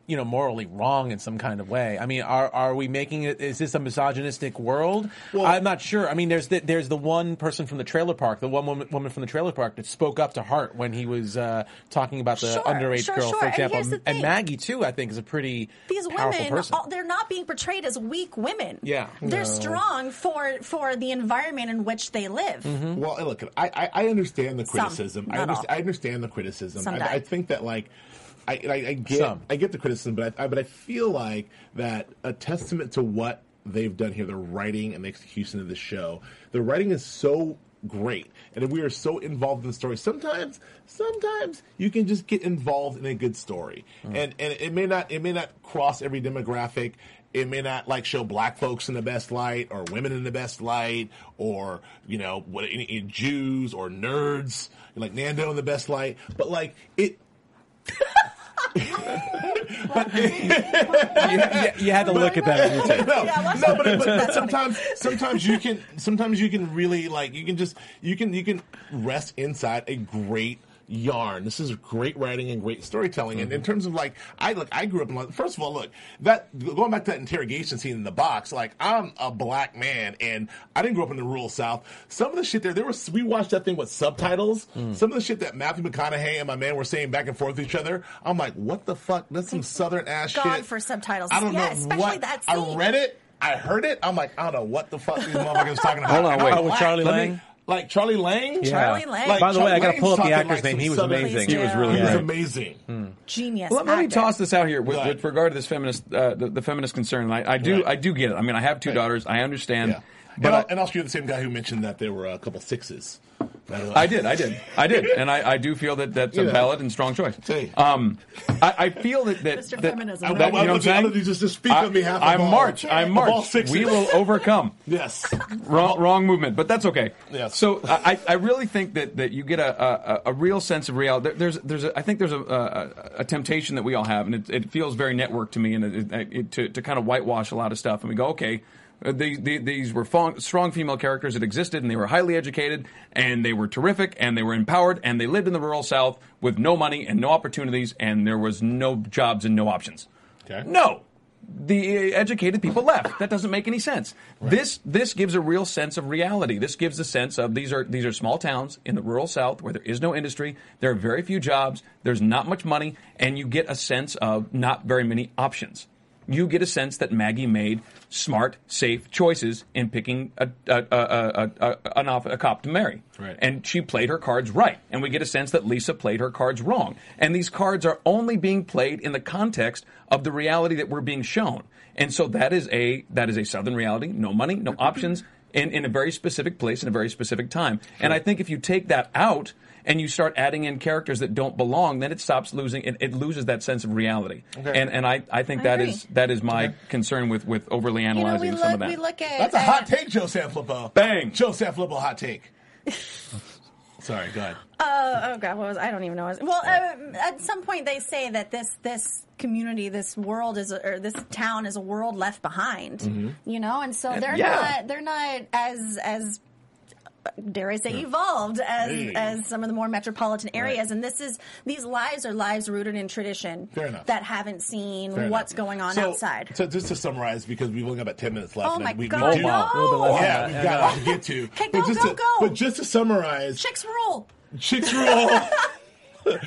You know, morally wrong in some kind of way. I mean, are are we making it? Is this a misogynistic world? I'm not sure. I mean, there's the, there's the one person from the trailer park, the one woman, woman from the trailer park that spoke up to Hart when he was uh, talking about the
Sure,
underage
sure,
girl,
sure.
for
And
example,
here's the thing.
Maggie too. I think is a pretty
these
powerful
women
person.
all, they're not being portrayed as weak women
Yeah.
they're
No.
strong for for the environment in which they live
Mm-hmm.
Well, and look, I, I, I understand the
Mm-hmm. Some,
criticism. I,
not
underst-
all.
I understand the criticism.
Some
I,
die.
I think that like. I, I, I get
Some.
I get the criticism, but I, I, but I feel like that a testament to what they've done here, the writing and the execution of the show. The writing is so great, and we are so involved in the story. Sometimes, sometimes you can just get involved in a good story, and and it may not it may not cross every demographic. It may not like show black folks in the best light, or women in the best light, or you know what any- any Jews or nerds like Nando in the best light. But like it,
you, you- you had to look at that. in your tape.
no, no, but, but sometimes, sometimes you can, sometimes you can really like, you can just, you can, you can rest inside a great yarn. This is great writing and great storytelling. And
Mm-hmm.
in terms of like, I look, I grew up in. Los- First of all, look that going back to that interrogation scene in the box. Like, I'm a black man, and I didn't grow up in the rural South. Some of the shit there, there was we watched that thing with subtitles.
Mm.
Some of the shit that Matthew McConaughey and my man were saying back and forth with each other. I'm like, what the fuck? That's some southern ass
god
shit.
for subtitles
I don't
yeah
know
especially
what.
that
I
scene
read it. I heard it. I'm like, I don't know what the fuck these motherfuckers talking about.
Hold on,
And I'm
wait.
like,
Oh, with Charlie
let me-
Lang?
like Charlie Lang.
Yeah. Charlie Lang. By the way, I gotta pull up the actor's name. He was Hmm. amazing.
He was really
he was
great.
amazing.
genius
Let, let me
actor.
toss this out here with,
Right.
with regard to this feminist, uh, the, the feminist concern. I, I do, I do get it. I mean, I have two daughters. I
Hmm.
understand.
But
But
and,
I,
al- and also, you're the same guy who mentioned that there were a couple sixes.
I did, I did, I did, and I, I do feel that that's
You
a
know.
valid and strong choice. Um, I, I feel that that,
Mr.
that,
Feminism,
that-
right?
you know what I'm saying.
Just, just speak
I-
on behalf.
I'm
of all-
March. I'm
of
March.
all sixes.
We will overcome.
yes.
wrong, wrong movement, but that's okay.
Yes.
So I, I I really think that, that you get a, a, a real sense of reality. There, there's there's a, I think there's a, a, a temptation that we all have, and it, it feels very network to me, and it, it, it, to to kind of whitewash a lot of stuff, and we go okay. uh, These, these, these were fo- strong female characters that existed, and they were highly educated, and they were terrific, and they were empowered, and they lived in the rural South with no money and no opportunities, and there was no jobs and no options.
Okay.
No, the uh, educated people left. That doesn't make any sense. This this gives a real sense of reality. This gives a sense of these are these are small towns in the rural South where there is no industry, there are very few jobs, there's not much money, and you get a sense of not very many options. You get a sense that Maggie made smart, safe choices in picking a, a, a, a, a, an off, a cop to marry.
Right.
And she played her cards right. And we get a sense that Lisa played her cards wrong. And these cards are only being played in the context of the reality that we're being shown. And so that is a that is a southern reality, no money, no options, in, in a very specific place in a very specific time. And I think if you take that out and you start adding in characters that don't belong, then it stops losing it, it loses that sense of reality.
Okay.
And and I, I think
I
that
agree.
is that is my concern with, with overly
you know
analyzing
we
some
look
of that.
we look at
That's a
at-
hot take, Joe Sanfilippo. Bang. Joe Sanfilippo hot take. Sorry. Go ahead.
Uh, oh god, what was I don't even know. What was, well, um, at some point they say that this this community, this world is, a, or this town is a world left behind.
Mhm.
Mm-hmm.
You know, and so
And-
they're
yeah.
not they're not as as dare I say evolved as
Hey.
as some of the more metropolitan areas.
Right.
And this is these lives are lives rooted in tradition
Fair enough.
that haven't seen
Fair
what's
enough.
going on
So-
outside.
So just to summarize, because we've only got about ten minutes left,
Oh
and
my
we,
God,
we do,
no! A little bit less than
yeah,
that.
we've
Yeah,
got
no.
a lot to get to.
Okay,
but
go,
just
go,
to,
go.
But just to summarize,
Chicks rule.
Chicks rule.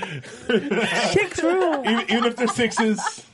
Chicks rule. Even, even if they're sixes.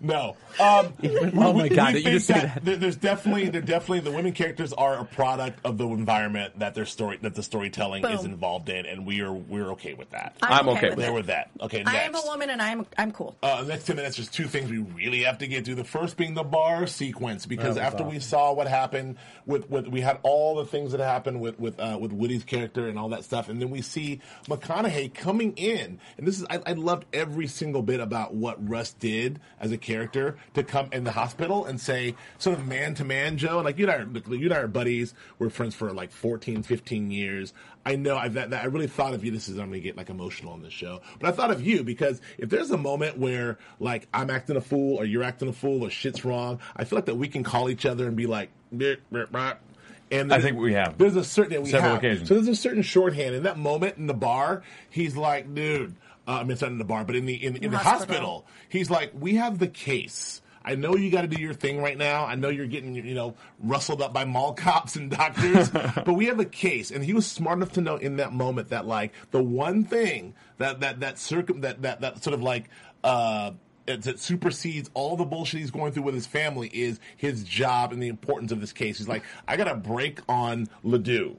No. Um,
oh my God,
We
did
think
you just say
that, there- There's definitely, there definitely, the women characters are a product of the environment that their story, that the storytelling is
Boom.
involved in, and we are we're okay with that.
I'm I'm okay okay with with it.
there
it.
with that. Okay,
I am a
next.
woman and I'm I'm cool.
Uh, next ten minutes, there's two things we really have to get to. The first being the bar sequence, because
That was
after we saw what happened with, with we had all the things that happened with with uh, with Woody's character and all that stuff, and then we see McConaughey coming in, and this is I, I loved every single bit about what Russ did as a character to come in the hospital and say sort of man to man, Joe, like you and I, are, look, you and I are buddies. We're friends for like 14, 15 years. I know I've that, that I really thought of you. This is I'm gonna get like emotional on this show, but I thought of you because if there's a moment where like I'm acting a fool or you're acting a fool or shit's wrong, I feel like that we can call each other and be like, "Meh, meh, meh." and
I think we have.
There's a certain that we
Several
have.
occasions.
So there's a certain shorthand in that moment in the bar. He's like, dude, uh, I mean, it's not in the bar, but in the in, in the
Hospital.
hospital, he's like, we have the case. I know you got to do your thing right now. I know you're getting, you know, rustled up by mall cops and doctors, but we have a case. And he was smart enough to know in that moment that, like, the one thing that that that circum that that that sort of like uh it- that supersedes all the bullshit he's going through with his family is his job and the importance of this case. He's like, I got to break on Ledoux,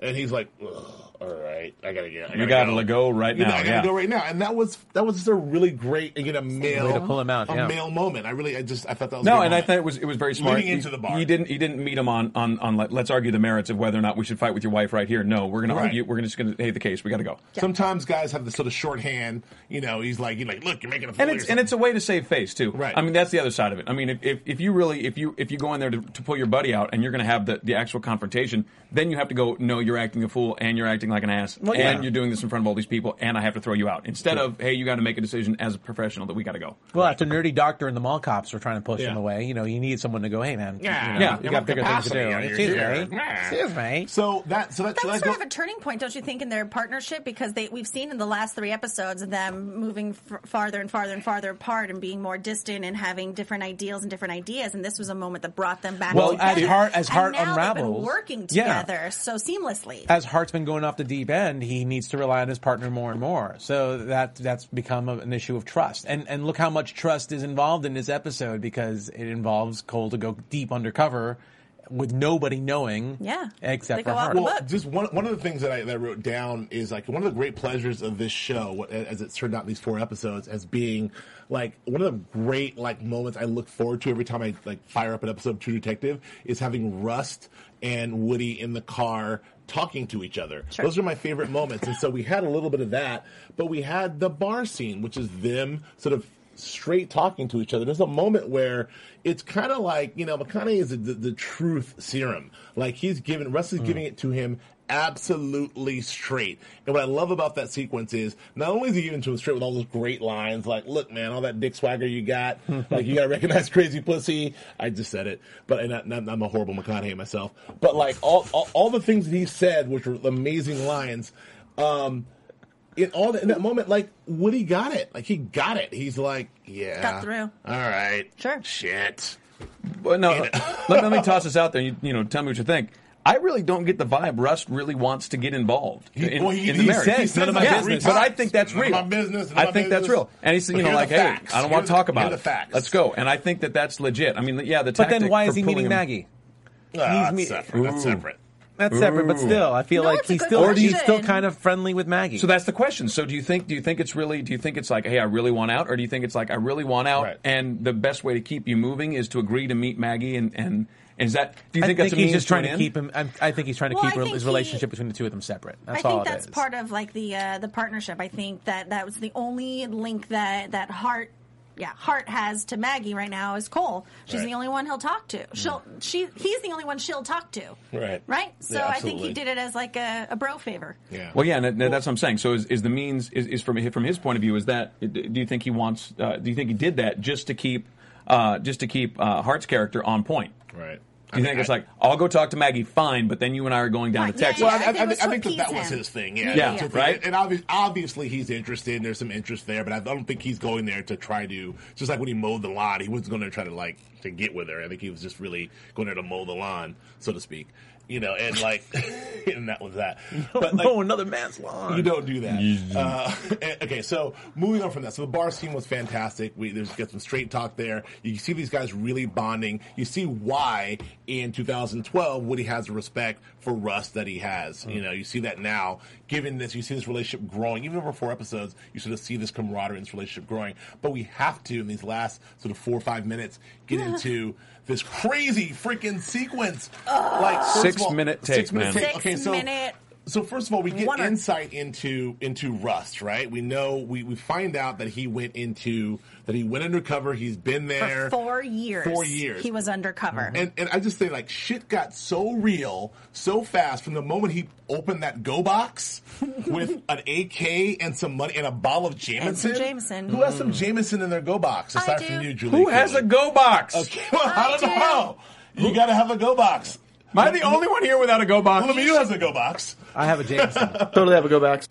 and he's like, Ugh, all right, I gotta get, I gotta
You gotta
go.
let go right
You know,
now,
I gotta
yeah.
go right now, and that was that was just a really great again a male
Way to pull him out,
a
yeah.
male moment. I really, I just, I thought that was a
No,
good
and I
moment.
thought it was it was very smart.
Leading
He-
into the bar.
he didn't he didn't meet him on on on like, let's argue the merits of whether or not we should fight with your wife right here. No, we're gonna
Right.
argue. We're gonna just gonna hey the case. We gotta go.
Sometimes guys have the sort of shorthand. You know, he's like, he's like, look, you're making a fool.
and
of
it's and it's a way to save face too. Right. I mean, that's the other side of it. I mean, if, if, if you really if you if you go in there to, to pull your buddy out and you're going to have the, the actual confrontation, then you have to go. No, you're acting a fool and you're acting like an ass
Well,
and
yeah.
you're doing this in front of all these people and I have to throw you out instead of hey, you got to make a decision as a professional that we got to go.
Well, after Nerdy Doctor and the mall cops were trying to push him
Yeah.
away, you know, you need someone to go, hey, man,
Yeah.
you, know,
Yeah.
you
Yeah,
got
what
bigger things to
capacity
do.
are you
Excuse
here?
me. Excuse me.
So that, so that,
That was sort of a turning point, don't you think, in their partnership? Because they we've seen in the last three episodes them moving f- farther and farther and farther apart and being more distant and having different ideals and different ideas. And this was a moment that brought them back
Well,
together.
as Heart- as
And
Heart
now they've been
unravels-
working
Yeah.
together so seamlessly.
As Hart's been going off the deep end, he needs to rely on his partner more and more. So that that's become a- an issue of trust. And and look how much trust is involved in this episode because it involves Cole to go deep undercover with nobody knowing.
Yeah.
Except for Hart.
Well, just one one of the things that I, that I wrote down is like one of the great pleasures of this show, what- as it's turned out in these four episodes, as being like one of the great like moments I look forward to every time I like fire up an episode of True Detective is having Rust and Woody in the car talking to each other. Those are my favorite moments, and so we had a little bit of that, but we had the bar scene, which is them sort of straight talking to each other. There's a moment where it's kind of like, you know, McConaughey is the, the truth serum. Like he's giving, Russ is giving it to him absolutely straight. And what I love about that sequence is not only is he giving it to him straight with all those great lines, like, look, man, all that dick swagger you got, like you got to recognize crazy pussy. I just said it, but and I, and I'm a horrible McConaughey myself, but like all, all, all the things that he said, which were amazing lines, um, in all the, in that moment, like Woody got it. Like he got it. He's like, yeah,
Got through.
All right,
sure,
shit.
Well, no, let, let me toss this out there. You, you know, tell me what you think. I really don't get the vibe Rust really wants to get involved
He-
in,
well, he-
in the
he
marriage.
says it's none of my
Yeah,
business.
But I think that's
None
real.
of my business, none
I
of my
think that's
business.
real. And he's you
But
know
here are
like,
the
hey,
facts.
I don't
Here are
want
the-
to talk
here are
about
the
it.
facts.
Let's go. And I think that that's legit. I mean, yeah, the
But then
tactic
why
for
is he
pulling
meeting
him-
Maggie?
Ah,
He's
that's
me-
separate. That's
Ooh.
separate.
That's separate, but
Ooh.
still, I feel
No,
like
it's a
he's
good
still he's
question.
still kind of friendly with Maggie.
So that's the question. So do you think do you think it's really do you think it's like, hey, I really want out, or do you think it's like I really want out, and the best way to keep you moving is to agree to meet Maggie and and is that do you
I
think, that's a
he's
means
just
an
trying to
end?
keep him. I'm, I think he's trying to
Well,
keep
I
re-
think
his
he-
relationship between the two of them separate. That's
I
all
think
it
that's
is.
part of like the uh, the partnership. I think that that was the only link that that Hart, yeah, Hart has to Maggie right now is Cole. She's
Right.
the only one he'll talk to. She'll she he's the only one she'll talk to.
Right.
Right. So
Yeah,
I think
absolutely.
he did it as like a, a bro favor.
Yeah.
Well, yeah, and that, that's what I'm saying. So, is, is the means is, is from from his point of view? Is that do you think he wants? Uh, do you think he did that just to keep uh, just to keep uh, Hart's character on point?
Right.
Do you think it's like I'll go talk to Maggie? Fine, but then you and I are going down to Texas.
Well, I, I, I, think- I think that, that was his thing. Yeah,
Yeah,
That's his
right?
thing. And obviously, obviously, he's interested. and There's some interest there, but I don't think he's going there to try to. Just like when he mowed the lawn, he wasn't going to try to like to get with her. I think he was just really going there to mow the lawn, so to speak. you know, and like, and that was that.
But like, oh, another man's lawn.
You don't do that. uh, okay, so moving on from that. So the bar scene was fantastic. We there's got some straight talk there. You see these guys really bonding. You see why in 2012 Woody has the respect for Russ that he has. You know, you see that now. Given this, you see this relationship growing. Even over four episodes, you sort of see this camaraderie and this relationship growing. But we have to in these last sort of four or five minutes get into this crazy freaking sequence. like first of all-
Six-minute take, man.
Okay, so
Six-minute
so first of all, we get
One or-
insight into into Rust, right? We know we, we find out that he went into that he went undercover. He's been
for
there
four years.
Four years.
He was undercover.
And and I just say like shit got so real so fast from the moment he opened that go box with an AK and some money and a bottle of Jameson.
And some Jameson.
Who has some Jameson in their go box aside
do.
from you, Julie?
Who has a
Keeley?
go box?
Okay, well, I,
I
don't
do.
know. You gotta have a go box.
Am I the only one here without a go box?
Let me. You has a go box.
I have a Jameson.
totally have a go back.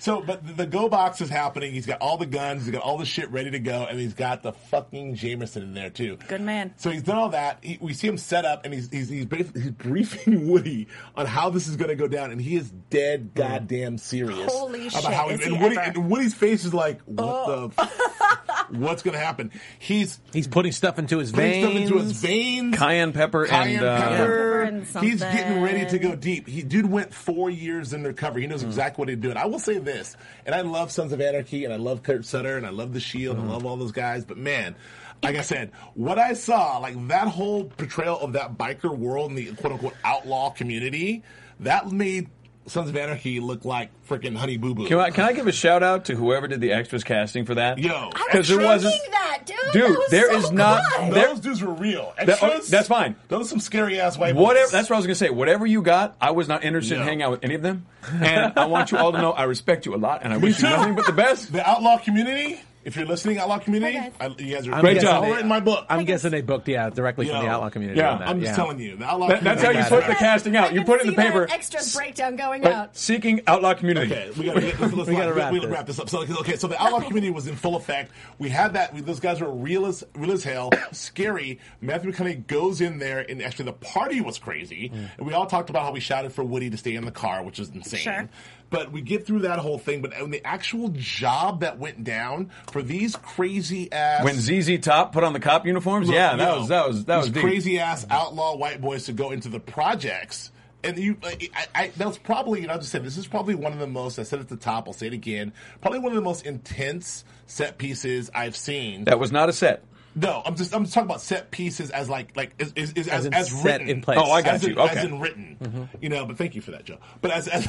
So, but the- the go box is happening. He's got all the guns. He's got all the shit ready to go, and he's got the fucking Jameson in there too.
Good man.
So he's done all that. He, we see him set up, and he's he's he's, brief, he's briefing Woody on how this is going to go down, and he is dead goddamn serious
Mm. Holy
about
shit,
how
is
and
he
Woody
ever. Oh.
and Woody's face is like, what the. F- What's going to happen? He's
He's putting stuff into his
putting
veins.
stuff into his veins,
Cayenne pepper
cayenne
and uh,
pepper.
Cayenne pepper and
He's getting ready to
something.
go deep. He dude went four years undercover. He knows
Hmm.
exactly what he's doing. I will say this, and I love Sons of Anarchy, and I love Kurt Sutter, and I love The Shield,
Hmm.
and I love all those guys. But man, like I said, what I saw, like that whole portrayal of that biker world and the quote unquote outlaw community, that made Sons of Anarchy look like freaking Honey Boo Boo.
Can I, can I give a shout out to whoever did the extras casting for that?
Yo,
because there wasn't.
that, dude.
Dude, there is not. There,
those dudes were real.
that- oh,
Extras,
that's fine.
Those are some scary ass white.
Whatever.
boys.
That's what I was gonna say. Whatever you got, I was not interested
No.
in hanging out with any of them. And I want you all to know I respect you a lot, and I wish you
too.
nothing but the best.
The outlaw community. If you're listening, outlaw community,
Hi,
I, you guys are
I'm
Great
guessing
job.
All
they-
right in my book.
I'm guessing they booked yeah directly
Yo,
from the outlaw community.
yeah,
on that,
I'm just
yeah.
telling you, the outlaw.
That- that's how you put
community-
the casting out. You
I
put it
can
in the
see that
paper.
Extras breakdown going
Right,
out.
seeking outlaw community.
Okay, we gotta, get- let's, let's
We gotta
like-
wrap
we-
this.
wrap this up. So, okay, so the outlaw community was in full effect. We had that. We, those guys were real as real as hell, scary. Matthew McConaughey goes in there, and actually the party was crazy.
Mm.
And we all talked about how we shouted for Woody to stay in the car, which is insane.
Sure.
But we get through that whole thing. But and the actual job that went down for these crazy ass
When ZZ Top put on the cop uniforms,
Look,
yeah, that
yo,
was that was that was
these
deep.
crazy ass outlaw white boys to go into the projects. And you, I, I- I, that was probably, you know, I just said this is probably one of the most. I said it at the top. I'll say it again. Probably one of the most intense set pieces I've seen.
That was not a set.
no, I'm just, I'm just talking about set pieces as like, like is, is, is, as,
in
as
set
written
in place.
Oh, I got
as
you.
In,
Okay.
as in written,
Mm-hmm.
you know. But thank you for that, Joe. But as, as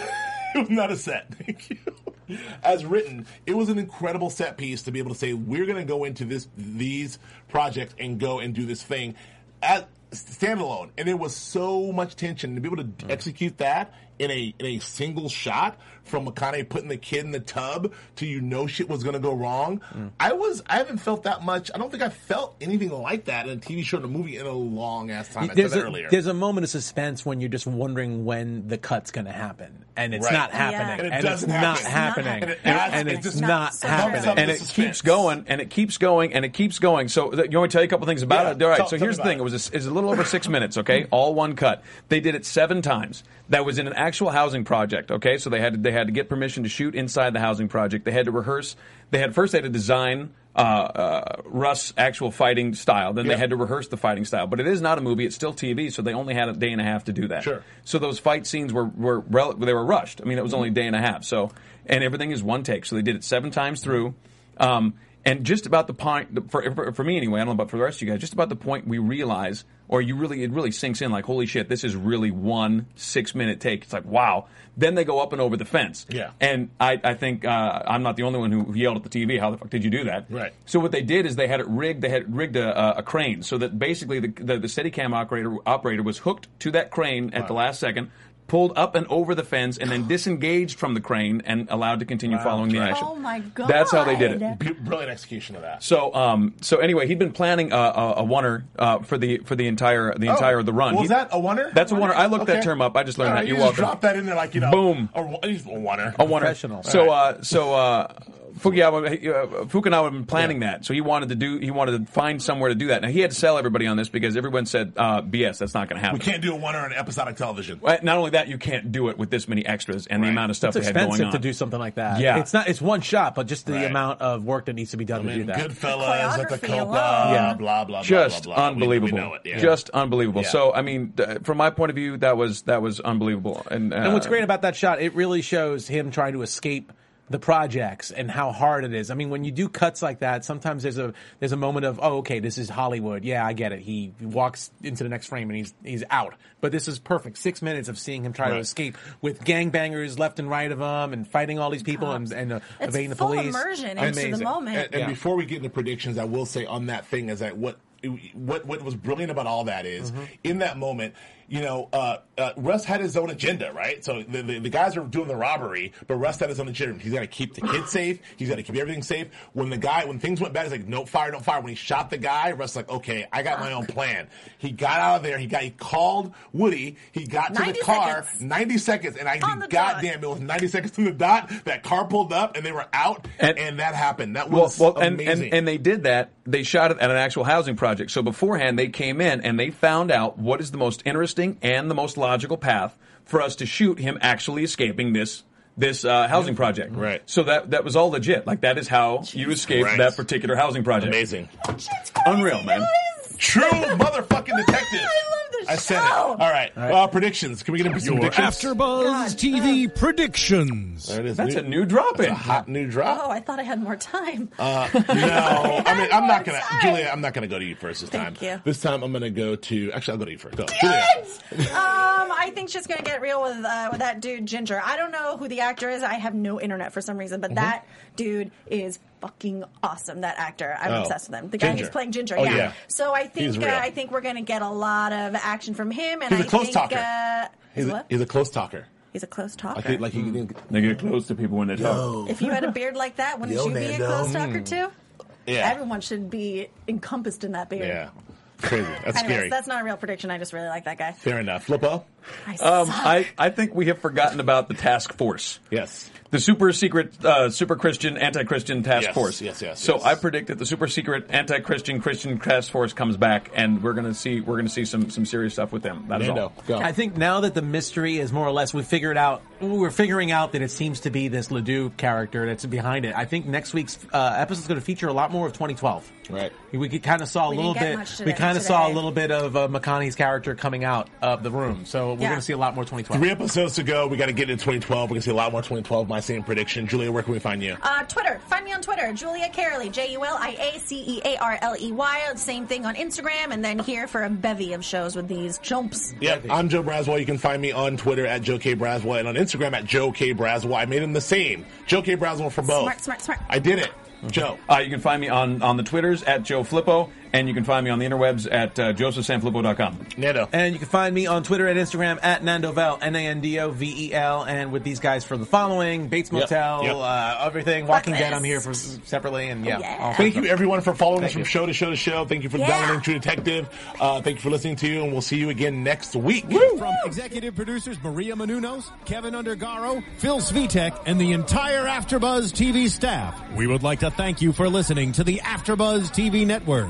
it was not a set. Thank you. As written, it was an incredible set piece to be able to say we're going to go into this these projects and go and do this thing as standalone, and it was so much tension to be able to
Mm.
execute that in a in a single shot from McConaughey putting the kid in the tub to you know shit was going to go wrong.
Mm.
I was I haven't felt that much. I don't think I felt anything like that in a TV show and a movie in a long ass time. I said
There's
that
a,
earlier.
there's a moment of suspense when you're just wondering when the cut's going to happen, and it's
Right.
not
Yeah.
happening,
And it
it's
doesn't
not
happen.
happening,
And it adds-
and
it
it's
just
not
bumps up
happening,
the
and it
suspense.
keeps going and it keeps going and it keeps going. So th- you want me to tell you a couple things about
Yeah,
it? All right.
tell-
so
tell me
here's the
about
thing:
it.
it was a, s- it's a little over six minutes. Okay, all one cut. They did it seven times. That was in an actual housing project. Okay, so they had to, they had to get permission to shoot inside the housing project. They had to rehearse. They had first they had to design. Uh, uh, Russ' actual fighting style. Then
Yeah.
they had to rehearse the fighting style, but it is not a movie; it's still TV, so they only had a day and a half to do that.
Sure.
So those fight scenes were were rel- they were rushed. I mean, it was only a day and a half. So and everything is one take. So they did it seven times through. Um, and just about the point for, for for me anyway, I don't know about for the rest of you guys. Just about the point we realize, or you really it really sinks in, like holy shit, this is really one six minute take. It's like wow. Then they go up and over the fence.
Yeah.
And I I think uh, I'm not the only one who yelled at the TV. How the fuck did you do that?
Right.
So what they did is they had it rigged. They had rigged a, a, a crane so that basically the the, the Steadicam operator operator was hooked to that crane at the last second, pulled up and over the fence, and then disengaged from the crane and allowed to continue following the action.
Oh my god.
That's how they did it.
Bu- brilliant execution of that.
So um so anyway, he'd been planning a a, a oneer uh, for the for the entire the entire of the run.
Oh. Was
He-
that a oneer?
That's a oneer. I looked
Okay.
that term up. I just learned
All
that.
right,
You're
you just
welcome.
Drop that in there, like you know.
Boom.
A, one- he's a oneer.
A oneer. So uh so uh Fukunawa, uh, Fukunawa had been planning that, so he wanted to do. He wanted to find somewhere to do that. Now he had to sell everybody on this because everyone said uh, BS. That's not going to happen.
We can't do a one on episodic television.
Right, Not only that, you can't do it with this many extras and the amount of stuff
it's
they had going
expensive
on.
to do something like that.
Yeah.
it's not. It's one shot, but just the
Right.
amount of work that needs to be done to do that.
Goodfellas at the
Choreography
Cobra,
alone.
blah,
Yeah.
blah, blah,
just
blah, blah, blah. We-
unbelievable.
We, know it. Yeah.
Just unbelievable.
Yeah.
So I mean, th- from my point of view, that was that was unbelievable. And, uh,
and what's great about that shot, it really shows him trying to escape the projects and how hard it is. I mean, when you do cuts like that, sometimes there's a there's a moment of, oh, okay, this is Hollywood. Yeah, I get it. He walks into the next frame and he's he's out. But this is perfect. Six minutes of seeing him try to
Right.
escape with gangbangers left and right of him and fighting all these people and, and uh,
It's
evading the
full
police.
immersion into the
Amazing.
moment.
And, and
Yeah.
before we get into predictions, I will say on that thing is that what what what was brilliant about all that is, in that moment, you know, uh, uh, Russ had his own agenda, right? So the, the, the guys were doing the robbery, but Russ had his own agenda. He's got to keep the kids safe. He's got to keep everything safe. When the guy when things went bad, he's like, no fire, no fire. When he shot the guy, Russ like, okay, I got my own plan. He got out of there. He got he called Woody. He got to the
90
car.
seconds.
Ninety seconds, and I
On the
goddamn, it was ninety seconds to the dot. That car pulled up, and they were out, and, that happened. That
well,
was
well and,
amazing.
and, and they did that. They shot it at an actual housing project. So beforehand, they came in and they found out what is the most interesting and the most logical path for us to shoot him actually escaping this this uh, housing project. Right. So that that was all legit. Like that is how you escaped
Christ.
that particular housing project.
Amazing.
Unreal, man.
True motherfucking detective. I said it. All right. Uh, predictions. Can we get into some
Your
predictions?
AfterBuzz
Oh,
TV predictions.
There it is.
That's a
new drop
in. A hot new drop.
Oh, I thought I had more time.
Uh,
Oh.
no, I mean I'm not gonna, Julia. I'm not gonna go to you first this time.
Thank you.
This time I'm gonna go to. Actually, I'll go to you first. Go, Julia.
Yes! um, I think she's gonna get real with uh, with that dude Ginger. I don't know who the actor is. I have no internet for some reason,
Mm-hmm.
but that dude is fucking awesome. That actor, I'm
Oh.
obsessed with him. The guy
Ginger.
who's playing Ginger.
Oh,
yeah.
yeah.
So I
He's
think uh,
real.
I think we're gonna get a lot of action from him. And
He's
I
a close
think,
talker.
Uh,
He's a,
what?
he's a close talker.
He's a close talker.
I think like he.
Mm. They get close to people when they
if you had a beard like that, wouldn't
Yo,
you be a
Nando.
close talker
Mm.
too?
Yeah.
Everyone should be encompassed in that beard.
Yeah. Crazy. That's
Anyways,
scary.
That's not a real prediction. I just really like that guy.
Fair enough. Flippo.
I
Um,
suck.
I, I think we have forgotten about the task force.
Yes.
The super secret, uh, super Christian, anti Christian task
Yes,
force.
yes, yes,
So
yes.
I predict that the super secret, anti Christian, Christian task force comes back, and we're gonna see we're gonna see some some serious stuff with them. That is all.
I think now that the mystery is more or less, we figured out, we're figuring out that it seems to be this Ledoux character that's behind it. I think next week's uh, episode is going to feature a lot more of 2012.
Right.
We kind of saw a
We
little
didn't get
bit.
much
we
today-
kind of saw a
today.
little bit of uh, McConaughey's character coming out of the room. So we're
Yeah.
going to see a lot more 2012.
Three episodes to go. We got to get into 2012. We're gonna see a lot more 2012. My same prediction. Julia, where can we find you?
Uh, Twitter. Find me on Twitter, Julia Carely, J U L I A C E A R L E Y. Same thing on Instagram, and then here for a bevy of shows with these jumps.
Yep, I'm Joe Braswell. You can find me on Twitter at Joe K Braswell and on Instagram at Joe K Braswell. I made them the same. Joe K Braswell for both.
Smart, smart, smart.
I did it. Joe.
Uh, you can find me on on the twitters at Joe Flippo, and you can find me on the interwebs at uh, josephsanflippo.com.
Nando.
And you can find me on Twitter and Instagram at Nandovel, N A N D O V E L, and with these guys for the following Bates
Yep,
Motel,
yep.
Uh, everything, Walking Dead.
Blacklist.
I'm here for separately, and yeah.
Oh, Yeah.
all
Thank
sorts
you,
of-
everyone, for following us
Thank
from
you.
show to show to show. Thank you for
Yeah.
downloading True Detective. Uh, thank you for listening to, and we'll see you again next week.
From executive producers Maria Menounos, Kevin Undergaro, Phil Svitek, and the entire AfterBuzz TV staff, we would like to thank you for listening to the AfterBuzz TV network.